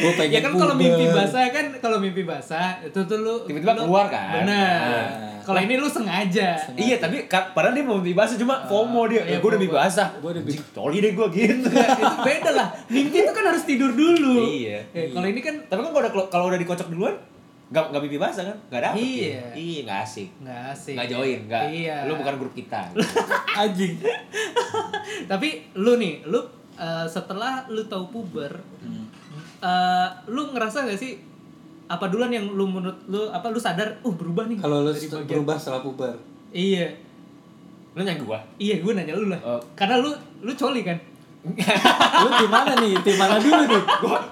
[SPEAKER 2] Gue pengen
[SPEAKER 3] ya kan kalau mimpi
[SPEAKER 2] puber.
[SPEAKER 3] basah kan kalau mimpi basah itu tuh lu
[SPEAKER 1] Tiba-tiba
[SPEAKER 3] lu-
[SPEAKER 1] keluar kan?
[SPEAKER 3] Benar.
[SPEAKER 2] Nah.
[SPEAKER 3] Kalau ini lu sengaja.
[SPEAKER 1] iya tapi ka- padahal dia mau mimpi basah cuma FOMO dia
[SPEAKER 3] iya,
[SPEAKER 1] gue udah mimpi
[SPEAKER 3] FOMO.
[SPEAKER 1] basah
[SPEAKER 2] Gua udah
[SPEAKER 1] Anjing, coli deh gue gitu
[SPEAKER 3] itu beda lah. Mimpi itu kan harus tidur dulu.
[SPEAKER 1] Iya.
[SPEAKER 3] Ya, kalau ini kan
[SPEAKER 1] tapi kan kalau udah kalau udah dikocok duluan nggak nggak mimpi basah kan nggak dapet
[SPEAKER 3] Iya.
[SPEAKER 1] ya. iya nggak asik
[SPEAKER 3] nggak asik.
[SPEAKER 1] nggak join nggak
[SPEAKER 3] Iya.
[SPEAKER 1] lu bukan grup kita
[SPEAKER 2] Anjing.
[SPEAKER 3] Tapi lu nih, lu eh, setelah lu tahu puber,
[SPEAKER 1] Hmm.
[SPEAKER 3] eh, lu ngerasa gak sih apa duluan yang lu menurut lu apa lu sadar, uh berubah nih.
[SPEAKER 2] Kalau lu
[SPEAKER 3] dari bagian-
[SPEAKER 2] berubah setelah puber.
[SPEAKER 3] Iya.
[SPEAKER 1] lu nyanyi gua
[SPEAKER 3] Iya, gue nanya lu lah.
[SPEAKER 1] Oh.
[SPEAKER 3] Karena lu lu coli kan.
[SPEAKER 2] Lu tim mana nih? Tim mana dulu nih?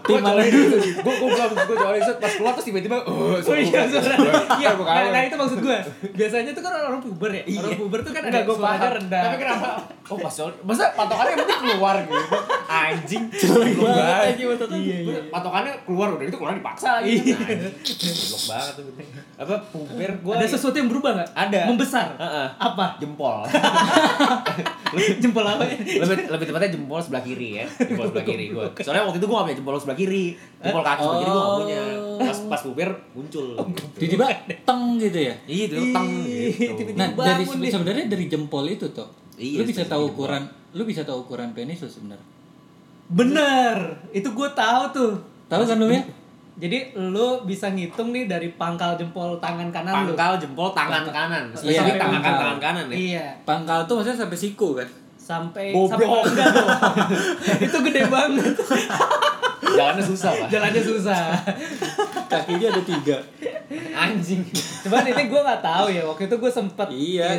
[SPEAKER 2] Tim mana dulu?
[SPEAKER 1] gue gue belum gue cobain set pas keluar terus tiba-tiba oh
[SPEAKER 3] Oh iya, saudara. Iya,
[SPEAKER 1] bukan
[SPEAKER 3] nah, nah, itu maksud gue. Biasanya tuh kan orang, orang puber ya. Orang puber tuh kan ada
[SPEAKER 1] gue
[SPEAKER 3] suaranya
[SPEAKER 1] Iya. paham
[SPEAKER 3] rendah.
[SPEAKER 1] tapi kenapa oh pas coli masa patokannya yang penting keluar gitu anjing
[SPEAKER 2] Jelek
[SPEAKER 1] Goblok
[SPEAKER 2] banget
[SPEAKER 1] banget
[SPEAKER 2] anjing, otak lu.
[SPEAKER 1] iya, iya. patokannya keluar udah itu keluar dipaksa lagi gitu blok banget tuh gitu. apa puber gue
[SPEAKER 3] ada sesuatu yang berubah nggak?
[SPEAKER 1] Ada.
[SPEAKER 3] Membesar.
[SPEAKER 1] Heeh.
[SPEAKER 3] Apa?
[SPEAKER 1] jempol
[SPEAKER 3] Jempol apa ya?
[SPEAKER 1] lebih lebih tepatnya jempol sebelah kiri ya jempol sebelah kiri gue soalnya waktu itu gue gak punya jempol sebelah kiri jempol kaki sebelah kiri gue gak punya pas pas puber muncul gitu.
[SPEAKER 2] Tiba-tiba teng gitu ya.
[SPEAKER 1] Iya, tiba-tiba teng
[SPEAKER 3] Ih,
[SPEAKER 1] gitu.
[SPEAKER 3] tiba-tiba.
[SPEAKER 2] Nah, dari
[SPEAKER 3] Bangun nih.
[SPEAKER 2] sebenarnya dari jempol itu tuh.
[SPEAKER 1] Iya,
[SPEAKER 2] Lu bisa
[SPEAKER 1] dari
[SPEAKER 2] tahu
[SPEAKER 1] jempol.
[SPEAKER 2] ukuran, lu bisa tahu ukuran penis lu sebenarnya.
[SPEAKER 3] Bener. Itu gue tahu tuh.
[SPEAKER 2] Tahu kan lu ya?
[SPEAKER 3] Jadi lu bisa ngitung nih dari pangkal jempol tangan kanan lu.
[SPEAKER 1] pangkal jempol tangan kanan spesifik
[SPEAKER 2] Iya,
[SPEAKER 1] tangan
[SPEAKER 2] pangkal.
[SPEAKER 1] tangan kanan ya
[SPEAKER 3] Iya.
[SPEAKER 2] Pangkal tuh maksudnya sampai siku kan.
[SPEAKER 3] Sampai
[SPEAKER 1] Goblok.
[SPEAKER 3] sampai enggak dong. itu gede banget.
[SPEAKER 1] jalannya susah pak
[SPEAKER 3] Jalannya susah.
[SPEAKER 2] Kakinya ada tiga.
[SPEAKER 1] anjing
[SPEAKER 3] Cuman ini gue nggak tahu ya. Waktu itu gue sempet
[SPEAKER 2] Iya,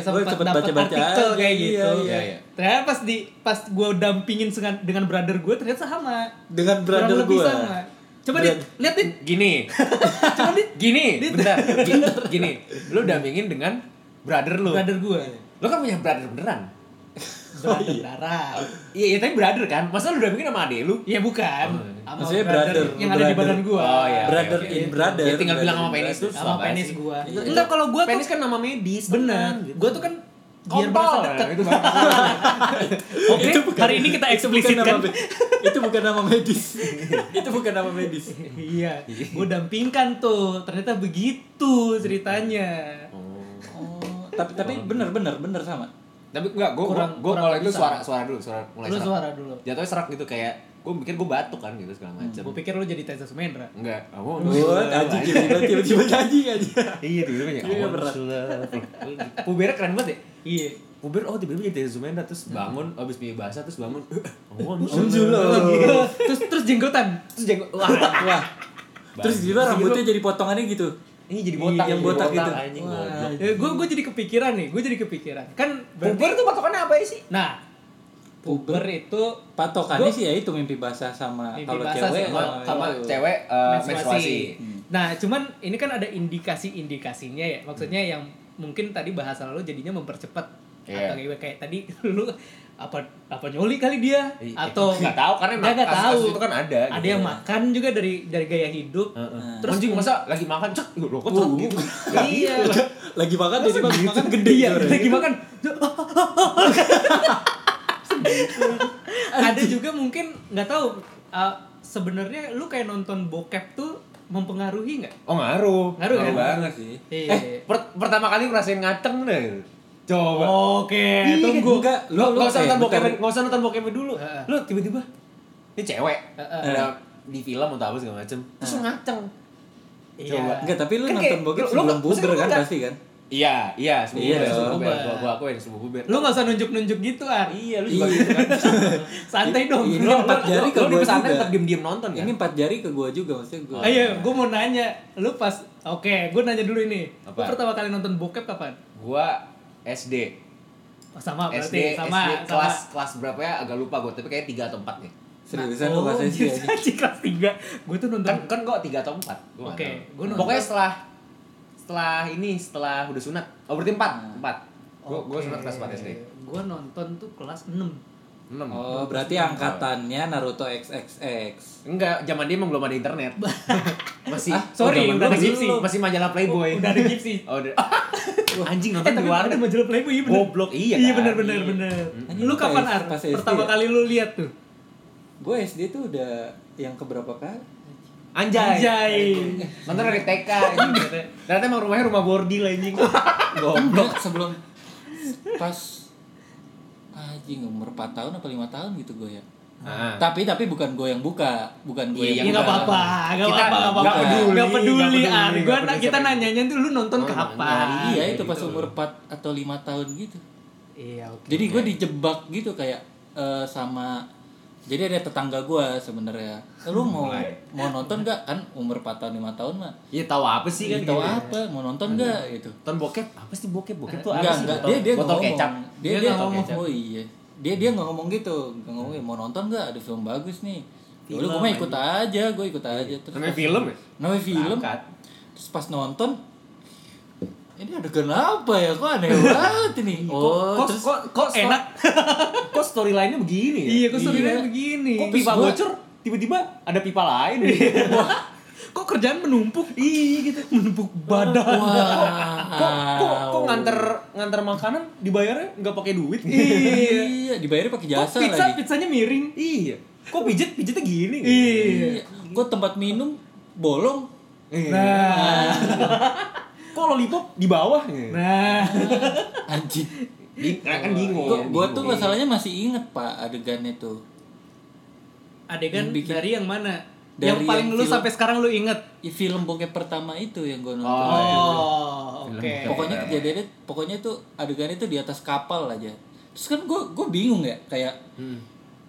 [SPEAKER 3] ya,
[SPEAKER 2] gua
[SPEAKER 3] sempet
[SPEAKER 2] sempet
[SPEAKER 3] dapet
[SPEAKER 2] baca-baca
[SPEAKER 3] artikel
[SPEAKER 2] aja,
[SPEAKER 3] kayak
[SPEAKER 2] iya,
[SPEAKER 3] gitu.
[SPEAKER 2] iya,
[SPEAKER 1] iya.
[SPEAKER 3] Ternyata pas di pas gue dampingin dengan dengan brother gue ternyata sama.
[SPEAKER 2] Dengan
[SPEAKER 3] Kurang
[SPEAKER 2] brother
[SPEAKER 3] lebih
[SPEAKER 2] gua.
[SPEAKER 3] sama. Coba
[SPEAKER 2] Brother-
[SPEAKER 3] dit, lihat dit.
[SPEAKER 1] gini
[SPEAKER 3] Coba dit.
[SPEAKER 1] gini bentar gini, gini. lu dampingin dengan brother lu
[SPEAKER 3] Brother gue.
[SPEAKER 2] Iya.
[SPEAKER 1] lu kan punya brother beneran
[SPEAKER 3] Brother darah.
[SPEAKER 1] iya iya tapi brother kan masa lu dampingin sama adek lu
[SPEAKER 3] Iya bukan. Sama
[SPEAKER 2] Oh, Maksudnya brother,
[SPEAKER 3] yang ada di
[SPEAKER 2] brother.
[SPEAKER 3] badan gua.
[SPEAKER 1] Oh, iya.
[SPEAKER 2] Brother
[SPEAKER 1] oke, oke.
[SPEAKER 2] in brother.
[SPEAKER 1] Ya, tinggal bilang sama
[SPEAKER 2] brother in
[SPEAKER 1] penis
[SPEAKER 2] brother.
[SPEAKER 1] tuh.
[SPEAKER 3] Sama
[SPEAKER 1] Apa
[SPEAKER 3] penis
[SPEAKER 1] sih?
[SPEAKER 3] gua.
[SPEAKER 2] Iya.
[SPEAKER 3] Enggak kalau gua
[SPEAKER 1] penis
[SPEAKER 3] tuh
[SPEAKER 1] kan nama medis
[SPEAKER 3] bener.
[SPEAKER 1] gitu.
[SPEAKER 3] Gua tuh kan biar merasa
[SPEAKER 1] kompol
[SPEAKER 3] dekat.
[SPEAKER 1] itu baru-
[SPEAKER 3] Oke, hari ini kita
[SPEAKER 2] itu bukan
[SPEAKER 3] eksplisit
[SPEAKER 2] nama
[SPEAKER 3] kan.
[SPEAKER 2] me- itu bukan nama medis. itu bukan nama medis.
[SPEAKER 3] Iya, gua dampingkan tuh. Ternyata begitu ceritanya.
[SPEAKER 2] Oh, tapi tapi bener bener bener sama.
[SPEAKER 1] tapi enggak gue
[SPEAKER 3] Kurang-
[SPEAKER 1] gue
[SPEAKER 3] kurang
[SPEAKER 1] kalau itu
[SPEAKER 3] bisa.
[SPEAKER 1] suara suara dulu suara mulai
[SPEAKER 3] Lu
[SPEAKER 1] serak.
[SPEAKER 3] suara dulu.
[SPEAKER 1] jatuhnya serak gitu kayak gue mikir gue batuk kan gitu segala macam
[SPEAKER 3] Gua pikir lu jadi Tessa Sumendra.
[SPEAKER 1] enggak kamu
[SPEAKER 2] Oh, anjing
[SPEAKER 3] gitu.
[SPEAKER 2] tiba-tiba tiba-tiba anjing anjing.
[SPEAKER 1] iya tiba-tiba kayak
[SPEAKER 2] Iya,
[SPEAKER 1] "Awan,
[SPEAKER 2] berat.
[SPEAKER 1] sudah." pubernya keren banget ya
[SPEAKER 3] Iya.
[SPEAKER 1] puber oh tiba-tiba jadi Zumenda terus bangun abis mimpi basah terus bangun oh
[SPEAKER 2] Muncul loh.
[SPEAKER 3] terus terus jenggotan.
[SPEAKER 1] terus jenggot wah
[SPEAKER 2] Wah. Terus tiba rambutnya jadi potongannya gitu.
[SPEAKER 1] ini jadi botak
[SPEAKER 2] Yang
[SPEAKER 1] jadi
[SPEAKER 2] botak gitu.
[SPEAKER 1] anjing
[SPEAKER 2] Wah.
[SPEAKER 1] goblok
[SPEAKER 3] Ya, gua gua jadi kepikiran nih, gua jadi kepikiran. Kan berarti
[SPEAKER 1] puber tuh patokannya apa sih
[SPEAKER 3] nah, puber itu
[SPEAKER 2] Patokannya
[SPEAKER 3] Gua-
[SPEAKER 2] sih ya itu mimpi basah sama
[SPEAKER 3] Mimpi
[SPEAKER 2] kalau
[SPEAKER 3] basah sih,
[SPEAKER 2] cewek
[SPEAKER 1] sama,
[SPEAKER 2] sama-
[SPEAKER 1] sama
[SPEAKER 2] itu.
[SPEAKER 1] cewek eh, menstruasi
[SPEAKER 3] menstruasi. Nah, cuman ini kan ada indikasi-indikasinya ya. Maksudnya yang mungkin tadi bahasa lo jadinya mempercepat
[SPEAKER 1] Iya.
[SPEAKER 3] atau kayak, kayak tadi lu apa apa nyoli kali dia
[SPEAKER 1] Iya,
[SPEAKER 3] atau
[SPEAKER 1] nggak tahu, karena emang
[SPEAKER 3] Nggak, nggak
[SPEAKER 1] kasus-
[SPEAKER 3] tahu
[SPEAKER 1] kasus itu kan ada,
[SPEAKER 3] ada
[SPEAKER 1] gitu.
[SPEAKER 3] yang makan juga dari dari gaya hidup
[SPEAKER 1] Terus
[SPEAKER 3] terus
[SPEAKER 1] anjing masa lagi makan cek lu kok
[SPEAKER 2] Uh.
[SPEAKER 1] tuh gitu. Nggak
[SPEAKER 3] Iya.
[SPEAKER 1] gitu.
[SPEAKER 2] Lagi makan jadi makan gede
[SPEAKER 3] iya
[SPEAKER 2] suaranya.
[SPEAKER 3] lagi makan ada juga mungkin nggak tahu uh, sebenarnya lu kayak nonton bokep tuh mempengaruhi nggak
[SPEAKER 1] Oh ngaruh.
[SPEAKER 3] Ngaruh kan?
[SPEAKER 1] banget sih.
[SPEAKER 3] Iya.
[SPEAKER 1] Eh, per- pertama kali ngerasain ngaceng deh. Coba.
[SPEAKER 3] oke tunggu
[SPEAKER 2] enggak. Lu
[SPEAKER 1] Lu
[SPEAKER 2] lu
[SPEAKER 1] enggak usah
[SPEAKER 2] eh,
[SPEAKER 1] nonton
[SPEAKER 2] bentar.
[SPEAKER 1] bokep, enggak usah nonton bokep dulu.
[SPEAKER 3] Heeh.
[SPEAKER 1] Lu tiba-tiba ini cewek.
[SPEAKER 3] Heeh.
[SPEAKER 1] Ada di film atau apa segala macem Terus lu ngaceng.
[SPEAKER 3] Iya.
[SPEAKER 1] Coba.
[SPEAKER 2] Enggak, tapi lu
[SPEAKER 1] Kan kayak-
[SPEAKER 2] nonton bokep
[SPEAKER 1] lu- lu
[SPEAKER 2] sebelum
[SPEAKER 1] nggak-
[SPEAKER 2] puber
[SPEAKER 1] maksudnya lu
[SPEAKER 2] kan
[SPEAKER 1] nggak-
[SPEAKER 2] pasti kan?
[SPEAKER 1] Iya, iya, sebelum
[SPEAKER 2] Iya,
[SPEAKER 1] puber, sebelum
[SPEAKER 2] dong.
[SPEAKER 1] puber. Gua gua akuin sebelum puber.
[SPEAKER 3] lu nggak usah nunjuk-nunjuk gitu ar
[SPEAKER 1] Iya, lu juga gitu kan.
[SPEAKER 3] santai dong
[SPEAKER 2] Ini
[SPEAKER 3] Bro.
[SPEAKER 2] empat jari ke
[SPEAKER 1] Iya. Lu di
[SPEAKER 2] gua
[SPEAKER 1] pesantren
[SPEAKER 2] juga.
[SPEAKER 1] tetap diem-diem nonton kan.
[SPEAKER 2] Ini empat jari ke gua juga maksudnya gua.
[SPEAKER 1] Iya.
[SPEAKER 3] ayo gue Oh, iya, mau nanya lu pas oke gue nanya dulu ini lu
[SPEAKER 1] Apa?
[SPEAKER 3] pertama kali nonton bokep kapan
[SPEAKER 1] Gua SD.
[SPEAKER 3] Oh, sama berarti
[SPEAKER 1] SD,
[SPEAKER 3] sama
[SPEAKER 1] SD
[SPEAKER 3] sama.
[SPEAKER 1] kelas kelas berapa ya agak lupa gue tapi kayak tiga atau empat nih
[SPEAKER 2] Seriusan lu
[SPEAKER 3] oh,
[SPEAKER 2] bahasa SD
[SPEAKER 3] bisa di kelas 3. Gue tuh nonton
[SPEAKER 1] kan kan gue tiga atau empat Gua nggak
[SPEAKER 3] Oke,
[SPEAKER 1] tahu.
[SPEAKER 3] gua nonton.
[SPEAKER 1] pokoknya setelah setelah ini setelah udah sunat oh berarti empat empat gue gue
[SPEAKER 3] Oke.
[SPEAKER 1] sunat kelas empat SD
[SPEAKER 3] Gue nonton tuh kelas 6.
[SPEAKER 1] enam
[SPEAKER 2] Oh, berarti angkatannya Naruto XXX.
[SPEAKER 1] enggak zaman dia emang belum ada internet masih
[SPEAKER 2] Ah,
[SPEAKER 3] sorry,
[SPEAKER 1] zaman
[SPEAKER 3] udah ada
[SPEAKER 1] dulu
[SPEAKER 3] Gipsy.
[SPEAKER 1] masih majalah Playboy
[SPEAKER 3] Udah ada Iya, Gipsy.
[SPEAKER 1] oh, udah. anjing nonton di
[SPEAKER 3] eh, tapi
[SPEAKER 1] warnet
[SPEAKER 3] ada majalah Playboy iya bener.
[SPEAKER 1] Goblok, iya
[SPEAKER 3] Iya
[SPEAKER 1] kan?
[SPEAKER 3] bener bener
[SPEAKER 1] Iya.
[SPEAKER 3] bener.
[SPEAKER 2] Mm-mm.
[SPEAKER 3] Lu kapan
[SPEAKER 2] Pas-
[SPEAKER 3] Ar?
[SPEAKER 2] pas SD
[SPEAKER 3] Pertama
[SPEAKER 2] ya?
[SPEAKER 3] kali lu lihat tuh.
[SPEAKER 2] Gue SD tuh udah yang keberapa kali?
[SPEAKER 1] anjay
[SPEAKER 3] Anjay.
[SPEAKER 1] nonton dari TK anjing. ternyata emang rumahnya rumah bordil anjing goblok
[SPEAKER 2] Enggak, sebelum pas anjing umur 4 tahun apa 5 tahun gitu gue ya.
[SPEAKER 1] Ah.
[SPEAKER 2] Tapi tapi bukan gue yang buka, bukan gue
[SPEAKER 1] Iya,
[SPEAKER 2] yang
[SPEAKER 3] Ya nggak
[SPEAKER 2] buka.
[SPEAKER 3] apa-apa, nggak
[SPEAKER 1] Kita
[SPEAKER 3] apa-apa, nggak apa-apa.
[SPEAKER 2] nggak peduli,
[SPEAKER 3] Nggak peduli, Ar.
[SPEAKER 1] nggak peduli,
[SPEAKER 3] Gua
[SPEAKER 1] nggak
[SPEAKER 3] na-
[SPEAKER 1] peduli
[SPEAKER 3] kita
[SPEAKER 1] siapa yang-
[SPEAKER 3] nanyain tuh lu nonton
[SPEAKER 1] Oh,
[SPEAKER 3] kapan.
[SPEAKER 2] Iya,
[SPEAKER 1] Gitu.
[SPEAKER 2] itu pas umur 4 atau 5 tahun gitu.
[SPEAKER 3] Iya, oke.
[SPEAKER 2] Jadi gue dijebak gitu kayak eh, sama jadi ada tetangga gue sebenarnya. "Eh, Lu mau
[SPEAKER 1] Mulai.
[SPEAKER 2] mau nonton gak kan umur 4 tahun 5 tahun mah.
[SPEAKER 1] Iya tahu apa sih kan?
[SPEAKER 2] Iya, tahu
[SPEAKER 1] gitu.
[SPEAKER 2] apa? Mau nonton gak gitu.
[SPEAKER 1] Nonton bokep? Apa sih bokep? Bokep tuh apa
[SPEAKER 2] Enggak,
[SPEAKER 1] sih?
[SPEAKER 2] enggak.
[SPEAKER 1] Botol-
[SPEAKER 2] Dia dia
[SPEAKER 1] botol
[SPEAKER 2] ngomong.
[SPEAKER 1] kecap.
[SPEAKER 2] Dia dia
[SPEAKER 1] botol
[SPEAKER 2] ngomong.
[SPEAKER 1] kecap.
[SPEAKER 2] Oh iya. Dia dia nggak ngomong gitu. Nggak ngomong mau nonton nggak ada film bagus nih. Ya udah
[SPEAKER 1] Film,
[SPEAKER 2] gue mah ikut aja, gue ikut aja. Terus
[SPEAKER 1] Namanya
[SPEAKER 2] pas-
[SPEAKER 1] film ya?
[SPEAKER 2] Namanya film.
[SPEAKER 1] Bakat.
[SPEAKER 2] Terus pas nonton ini adegan apa ya? Kok aneh banget ini? Oh,
[SPEAKER 1] kok,
[SPEAKER 2] terus
[SPEAKER 1] kok, kok sto-
[SPEAKER 3] enak.
[SPEAKER 1] kok storyline-nya begini ya?
[SPEAKER 3] Iya, kok storynya
[SPEAKER 2] Iya.
[SPEAKER 3] begini.
[SPEAKER 1] Kok
[SPEAKER 2] Terus
[SPEAKER 1] pipa
[SPEAKER 2] gua- Iya.
[SPEAKER 1] bocor? Tiba-tiba ada pipa lain.
[SPEAKER 3] Kok kerjaan menumpuk? Iya gitu. Menumpuk badan.
[SPEAKER 1] kok, kok, kok
[SPEAKER 2] Wow.
[SPEAKER 1] nganter nganter makanan dibayarnya nggak pakai duit?
[SPEAKER 2] Iya, dibayarnya pakai
[SPEAKER 3] Kok
[SPEAKER 2] jasa
[SPEAKER 3] pizza
[SPEAKER 2] lagi.
[SPEAKER 3] pizzanya miring?
[SPEAKER 1] iya. Kok pijet pijetnya gini?
[SPEAKER 3] Iya.
[SPEAKER 2] Iya. Kok tempat minum bolong?
[SPEAKER 1] Iya.
[SPEAKER 3] Nah,
[SPEAKER 1] Kok lollipop di bawah?
[SPEAKER 3] nah.
[SPEAKER 2] Anjing.
[SPEAKER 1] Bing- kan bingung.
[SPEAKER 2] Gue gua tuh
[SPEAKER 1] Bingung.
[SPEAKER 2] masalahnya masih inget pak adegannya tuh.
[SPEAKER 3] Adegan
[SPEAKER 2] Yang bikin-
[SPEAKER 3] dari yang mana?
[SPEAKER 2] Dari
[SPEAKER 3] yang paling
[SPEAKER 2] yang
[SPEAKER 3] lu
[SPEAKER 2] film.
[SPEAKER 3] sampai sekarang lu inget?
[SPEAKER 2] Ya, film bokep pertama itu yang gue nonton.
[SPEAKER 1] Oh, iya,
[SPEAKER 3] Oh,
[SPEAKER 1] Film
[SPEAKER 3] oke.
[SPEAKER 1] bukan.
[SPEAKER 2] pokoknya
[SPEAKER 1] Oke.
[SPEAKER 2] kejadiannya pokoknya tuh adegannya tuh di atas kapal aja terus kan gue gue bingung ya kayak
[SPEAKER 1] Hmm.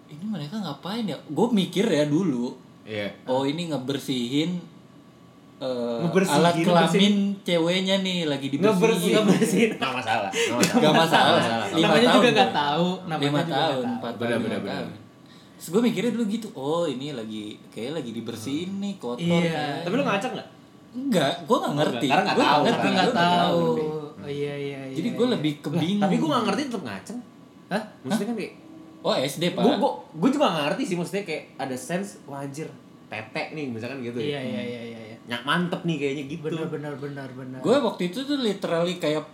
[SPEAKER 2] ini mereka ngapain ya gue mikir ya dulu
[SPEAKER 1] Iya.
[SPEAKER 2] oh ini ngebersihin eh,
[SPEAKER 1] Ngebersihin,
[SPEAKER 2] alat
[SPEAKER 1] ngebersihin.
[SPEAKER 2] kelamin ceweknya nih lagi dibersihin
[SPEAKER 3] Nggak bersihin.
[SPEAKER 1] Nggak masalah.
[SPEAKER 2] Gak masalah. Lima
[SPEAKER 3] Namanya juga
[SPEAKER 2] tahun
[SPEAKER 3] nggak
[SPEAKER 2] gua.
[SPEAKER 3] tahu, namanya
[SPEAKER 2] Lima
[SPEAKER 3] juga
[SPEAKER 2] tahun,
[SPEAKER 3] nggak
[SPEAKER 1] tahu.
[SPEAKER 2] empat tahun,
[SPEAKER 1] Benar,
[SPEAKER 2] lima
[SPEAKER 1] benar,
[SPEAKER 2] tahun. Terus gue mikirnya dulu gitu, oh ini lagi kayak lagi dibersihin nih kotor.
[SPEAKER 3] Iya.
[SPEAKER 2] kayaknya.
[SPEAKER 1] Tapi lu ngacak nggak?
[SPEAKER 2] Enggak, gue nggak ngerti.
[SPEAKER 1] Karena Oh, nggak
[SPEAKER 2] Gua
[SPEAKER 1] tahu,
[SPEAKER 2] ngerti,
[SPEAKER 3] Tapi nggak
[SPEAKER 1] karena
[SPEAKER 2] gua nggak
[SPEAKER 3] tahu.
[SPEAKER 2] ngerti.
[SPEAKER 3] Oh, iya iya. iya,
[SPEAKER 2] Iya, Jadi gue
[SPEAKER 3] iya.
[SPEAKER 2] lebih ke bingung.
[SPEAKER 1] Tapi gue nggak ngerti tetap ngaceng.
[SPEAKER 3] Hah?
[SPEAKER 1] Maksudnya kan kayak
[SPEAKER 2] Oh SD pak.
[SPEAKER 1] gue gue gue juga nggak ngerti sih maksudnya kayak ada sense wah anjir tetek nih misalkan gitu
[SPEAKER 3] Iya iya
[SPEAKER 1] ya.
[SPEAKER 3] iya iya. iya.
[SPEAKER 1] Nyak mantep nih kayaknya gitu.
[SPEAKER 3] Benar benar benar benar.
[SPEAKER 2] Gue waktu itu tuh literally kayak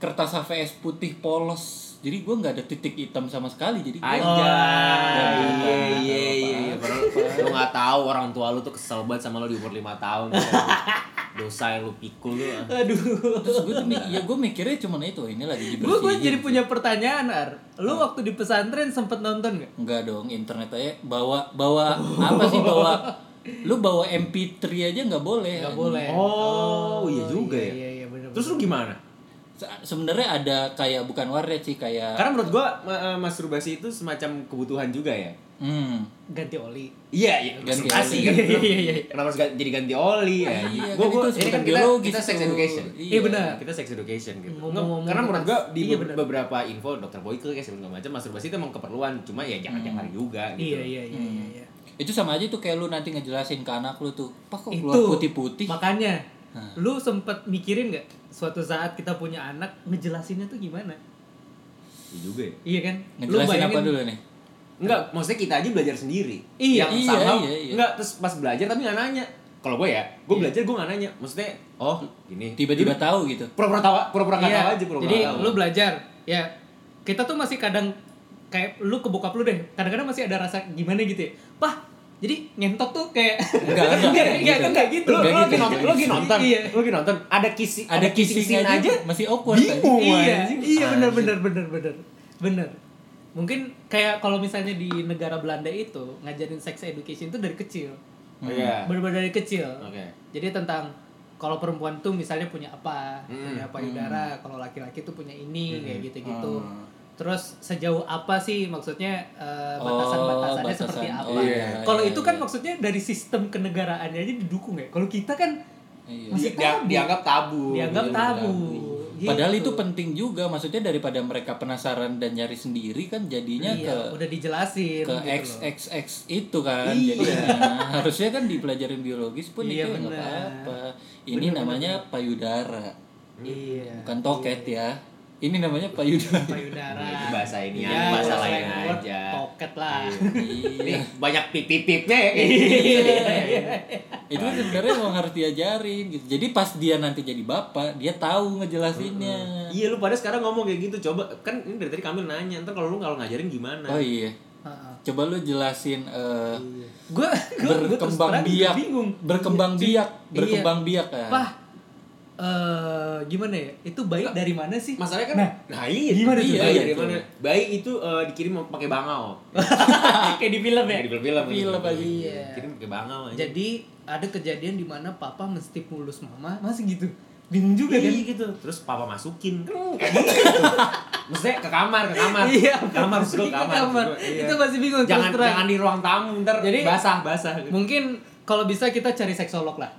[SPEAKER 2] kertas HVS putih polos. Jadi gue nggak ada titik hitam sama sekali. Jadi gua-
[SPEAKER 1] Anjay. Iya iya iya iya. Padahal lu nggak tahu orang tua lu tuh kesel banget sama lu di umur 5 tahun. Dosa yang lu pikul lu. ah.
[SPEAKER 3] Aduh.
[SPEAKER 2] Terus gue tuh mi- ya gue mikirnya cuman itu ini lagi dibersihin.
[SPEAKER 3] Gue gue jadi punya pertanyaan Ar. Lu waktu di pesantren sempet nonton nggak?
[SPEAKER 2] Enggak dong, internet aja bawa bawa apa sih bawa lu bawa MP3 aja nggak boleh.
[SPEAKER 3] Nggak boleh.
[SPEAKER 1] Oh, iya juga ya.
[SPEAKER 3] Iya iya benar.
[SPEAKER 1] Terus lu gimana?
[SPEAKER 2] Se- Sebenarnya ada kayak bukan warnet sih kayak
[SPEAKER 1] Karena menurut gua ma- eh, masturbasi itu semacam kebutuhan juga ya.
[SPEAKER 2] hmm.
[SPEAKER 3] ganti oli.
[SPEAKER 1] Iya, iya,
[SPEAKER 2] Ganti
[SPEAKER 1] masturbasi
[SPEAKER 2] oli.
[SPEAKER 1] kan.
[SPEAKER 3] Iya, iya, iya.
[SPEAKER 1] Kenapa harus ga- jadi ganti oli ya?
[SPEAKER 2] Iya,
[SPEAKER 1] gua, gua,
[SPEAKER 2] kan itu
[SPEAKER 1] ini kan
[SPEAKER 2] sebenarnya
[SPEAKER 1] kita,
[SPEAKER 2] biologis
[SPEAKER 1] kita sex
[SPEAKER 2] tuh.
[SPEAKER 1] education.
[SPEAKER 3] Iya, benar.
[SPEAKER 1] Kita sex education gitu.
[SPEAKER 3] Ngomong-ngomong
[SPEAKER 1] Karena menurut gua
[SPEAKER 3] tentang-
[SPEAKER 1] di
[SPEAKER 3] iya,
[SPEAKER 1] be-
[SPEAKER 3] benar.
[SPEAKER 1] beberapa info dokter Boyke kayak segala macam masturbasi itu emang keperluan, cuma ya jangan tiap hari juga gitu.
[SPEAKER 3] Iya iya
[SPEAKER 2] Hmm.
[SPEAKER 3] iya iya. iya.
[SPEAKER 2] itu sama aja tuh kayak lu nanti ngejelasin ke anak lu tuh, "Pak kok
[SPEAKER 3] Itu
[SPEAKER 2] keluar putih-putih?"
[SPEAKER 3] Makanya
[SPEAKER 2] Hah.
[SPEAKER 3] lu sempet mikirin nggak suatu saat kita punya anak ngejelasinnya tuh gimana?
[SPEAKER 1] Iya juga ya.
[SPEAKER 3] Iya kan? Lu
[SPEAKER 2] Ngejelasin apa
[SPEAKER 3] bayangin-
[SPEAKER 2] dulu nih?
[SPEAKER 1] Enggak, maksudnya kita aja belajar sendiri.
[SPEAKER 3] Iya,
[SPEAKER 1] Yang
[SPEAKER 2] iya,
[SPEAKER 1] somehow-
[SPEAKER 2] iya, iya.
[SPEAKER 1] Enggak, terus pas belajar tapi nggak nanya. Kalau gua ya, gua belajar gua nggak nanya. Maksudnya, oh, ini
[SPEAKER 2] Tiba-tiba tahu gitu.
[SPEAKER 1] pura-pura tawa, pura-pura nggak
[SPEAKER 3] Iya.
[SPEAKER 1] tahu aja, pura-pura
[SPEAKER 3] Jadi
[SPEAKER 1] nggak tahu.
[SPEAKER 3] lu belajar ya. Kita tuh masih kadang kayak lu ke bokap lu deh. Kadang-kadang masih ada rasa gimana gitu ya. Pah, jadi ngentot tuh kayak
[SPEAKER 2] Enggak,
[SPEAKER 3] enggak,
[SPEAKER 2] enggak, enggak
[SPEAKER 3] enggak,
[SPEAKER 2] gitu.
[SPEAKER 3] enggak gitu.
[SPEAKER 1] lu, lu
[SPEAKER 2] Nggak
[SPEAKER 1] lagi
[SPEAKER 2] gitu,
[SPEAKER 1] nonton,
[SPEAKER 2] nggak
[SPEAKER 1] lu lagi nonton,
[SPEAKER 3] Iya.
[SPEAKER 1] lu lagi nonton, ada kissing,
[SPEAKER 2] Ada kissing aja, masih awkward kan? aja.
[SPEAKER 1] bingung
[SPEAKER 3] Iya,
[SPEAKER 1] anjing.
[SPEAKER 3] iya benar benar benar benar. Benar. Mungkin kayak kalau misalnya di negara Belanda itu ngajarin sex education itu dari kecil.
[SPEAKER 1] Iya.
[SPEAKER 2] Ah.
[SPEAKER 3] Benar-benar dari kecil.
[SPEAKER 1] Oke.
[SPEAKER 3] Jadi tentang kalau perempuan tuh misalnya punya apa,
[SPEAKER 1] Hmm.
[SPEAKER 3] punya payudara, kalau laki-laki tuh punya
[SPEAKER 2] Hmm.
[SPEAKER 3] ini kayak gitu-gitu.
[SPEAKER 2] Ah.
[SPEAKER 3] Terus sejauh apa sih maksudnya eh,
[SPEAKER 2] Oh,
[SPEAKER 3] batasan-batasannya
[SPEAKER 2] batasan.
[SPEAKER 3] seperti apa?
[SPEAKER 2] Oh, iya,
[SPEAKER 3] kalau
[SPEAKER 2] iya,
[SPEAKER 3] itu
[SPEAKER 2] iya.
[SPEAKER 3] kan maksudnya dari sistem kenegaraannya aja didukung ya. Kalau kita kan
[SPEAKER 1] Dia-
[SPEAKER 2] Iya.
[SPEAKER 3] masih
[SPEAKER 1] dia-
[SPEAKER 3] tabu.
[SPEAKER 1] dianggap tabu.
[SPEAKER 3] dianggap
[SPEAKER 2] iya,
[SPEAKER 3] tabu.
[SPEAKER 2] tabu.
[SPEAKER 3] Gitu.
[SPEAKER 2] Padahal itu penting juga, maksudnya daripada mereka penasaran dan nyari sendiri kan jadinya
[SPEAKER 3] Iya,
[SPEAKER 2] ke
[SPEAKER 3] udah dijelasin
[SPEAKER 2] ke
[SPEAKER 3] gitu loh.
[SPEAKER 2] XXX itu kan
[SPEAKER 3] Iya.
[SPEAKER 2] jadi harusnya kan dipelajarin biologis pun
[SPEAKER 3] Iya,
[SPEAKER 2] itu nggak
[SPEAKER 3] benar.
[SPEAKER 2] apa-apa ini namanya payudara
[SPEAKER 3] Iya.
[SPEAKER 2] bukan toket ya ini namanya payudara
[SPEAKER 3] Payudara.
[SPEAKER 6] Itu bahasa ini
[SPEAKER 3] Iya,
[SPEAKER 6] ya, bahasa
[SPEAKER 3] bahasa
[SPEAKER 6] lain
[SPEAKER 3] yang buat
[SPEAKER 6] aja.
[SPEAKER 3] Pocket lah.
[SPEAKER 6] Ini
[SPEAKER 2] iya
[SPEAKER 6] banyak pipit-pipnya ya. kayak
[SPEAKER 3] Iya.
[SPEAKER 6] gini.
[SPEAKER 2] itu kan sebenarnya emang harus diajarin gitu jadi pas dia nanti jadi bapak dia tahu ngejelasinnya
[SPEAKER 1] Iya lu pada sekarang ngomong kayak gitu coba kan ini dari tadi Kamil nanya ntar kalau lu kalau ngajarin gimana?
[SPEAKER 2] oh iya
[SPEAKER 3] Heeh.
[SPEAKER 2] coba lu jelasin eh,
[SPEAKER 3] Gue gue gue terus
[SPEAKER 2] berkembang
[SPEAKER 3] terang juga
[SPEAKER 2] biak
[SPEAKER 3] bingung. Iya,
[SPEAKER 2] berkembang biak berkembang biak kan
[SPEAKER 3] Pah. eh gimana ya? Itu baik dari mana sih?
[SPEAKER 1] Masalahnya kan
[SPEAKER 3] Nah.
[SPEAKER 1] nah, iya.
[SPEAKER 3] Gimana
[SPEAKER 1] Bayi
[SPEAKER 2] tuh?
[SPEAKER 1] dari
[SPEAKER 2] Iya, iya.
[SPEAKER 1] mana? Bayi itu eh, dikirim pakai bangau.
[SPEAKER 3] Kayak di film ya.
[SPEAKER 1] Di film-film.
[SPEAKER 2] Film aja.
[SPEAKER 3] Iya.
[SPEAKER 1] Kirim pakai bangau aja.
[SPEAKER 3] Jadi ada kejadian di mana papa menstimulus mama, masih gitu. Bingung juga kan?
[SPEAKER 1] Iya gitu. Terus papa masukin. Kayak gitu. Maksudnya ke kamar, ke kamar.
[SPEAKER 3] Iya,
[SPEAKER 1] Ke kamar terus lu
[SPEAKER 3] masukin ke
[SPEAKER 1] ke kamar.
[SPEAKER 3] kamar.
[SPEAKER 1] Terus gua, iya.
[SPEAKER 3] Itu masih bingung, terus
[SPEAKER 1] Jangan
[SPEAKER 3] terang.
[SPEAKER 1] jangan di ruang tamu ntar
[SPEAKER 3] Jadi-
[SPEAKER 1] basah basah.
[SPEAKER 3] Mungkin kalau bisa kita cari seksolog lah.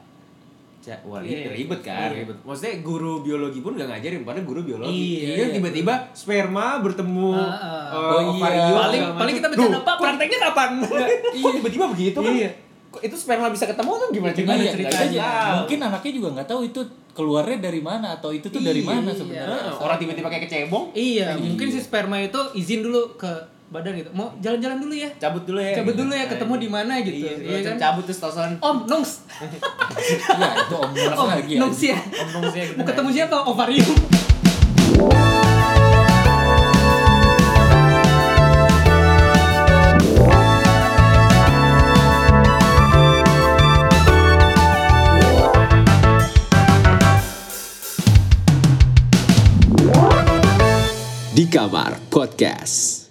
[SPEAKER 1] Ja- Wah,
[SPEAKER 3] Iya.
[SPEAKER 1] ini ribet kan?
[SPEAKER 3] Iya.
[SPEAKER 1] Ribet. Maksudnya guru biologi pun gak ngajarin, padahal guru biologi.
[SPEAKER 3] Iya,
[SPEAKER 1] Dia
[SPEAKER 3] iya.
[SPEAKER 1] tiba-tiba sperma bertemu
[SPEAKER 3] Ah, ah.
[SPEAKER 1] eh,
[SPEAKER 2] Oh, iya.
[SPEAKER 1] ovarium,
[SPEAKER 3] Paling
[SPEAKER 1] segala
[SPEAKER 3] paling kita
[SPEAKER 1] macam.
[SPEAKER 3] bercanda,
[SPEAKER 1] Duh,
[SPEAKER 3] Pak, prakteknya kapan?
[SPEAKER 1] Iya, iya. tiba-tiba begitu kan?
[SPEAKER 3] Iya.
[SPEAKER 1] Kok Itu sperma bisa ketemu kan gimana
[SPEAKER 2] Gimana
[SPEAKER 1] ceritanya?
[SPEAKER 2] ceritanya?
[SPEAKER 1] Nggak tahu.
[SPEAKER 2] Mungkin anaknya juga nggak tahu itu keluarnya dari mana atau itu tuh dari
[SPEAKER 3] Iya,
[SPEAKER 2] mana
[SPEAKER 3] iya.
[SPEAKER 2] sebenarnya.
[SPEAKER 1] Heeh, orang tiba-tiba kayak kecebong,
[SPEAKER 3] Iya, mungkin
[SPEAKER 2] Iya.
[SPEAKER 3] si sperma itu izin dulu ke badan gitu. Mau jalan-jalan dulu ya.
[SPEAKER 1] cabut dulu ya.
[SPEAKER 3] Cabut
[SPEAKER 1] gitu.
[SPEAKER 3] dulu ya, ketemu di mana gitu.
[SPEAKER 1] Iya,
[SPEAKER 3] Iya kan?
[SPEAKER 1] cabut terus tosan.
[SPEAKER 3] Om, nongs.
[SPEAKER 2] Ya itu om Nors
[SPEAKER 3] Om,
[SPEAKER 2] lagi.
[SPEAKER 3] nongs
[SPEAKER 2] anjing.
[SPEAKER 3] ya.
[SPEAKER 1] Omong-omongnya gitu.
[SPEAKER 3] Mau ketemu siapa? Ovarium.
[SPEAKER 7] Di Kamar Podcast.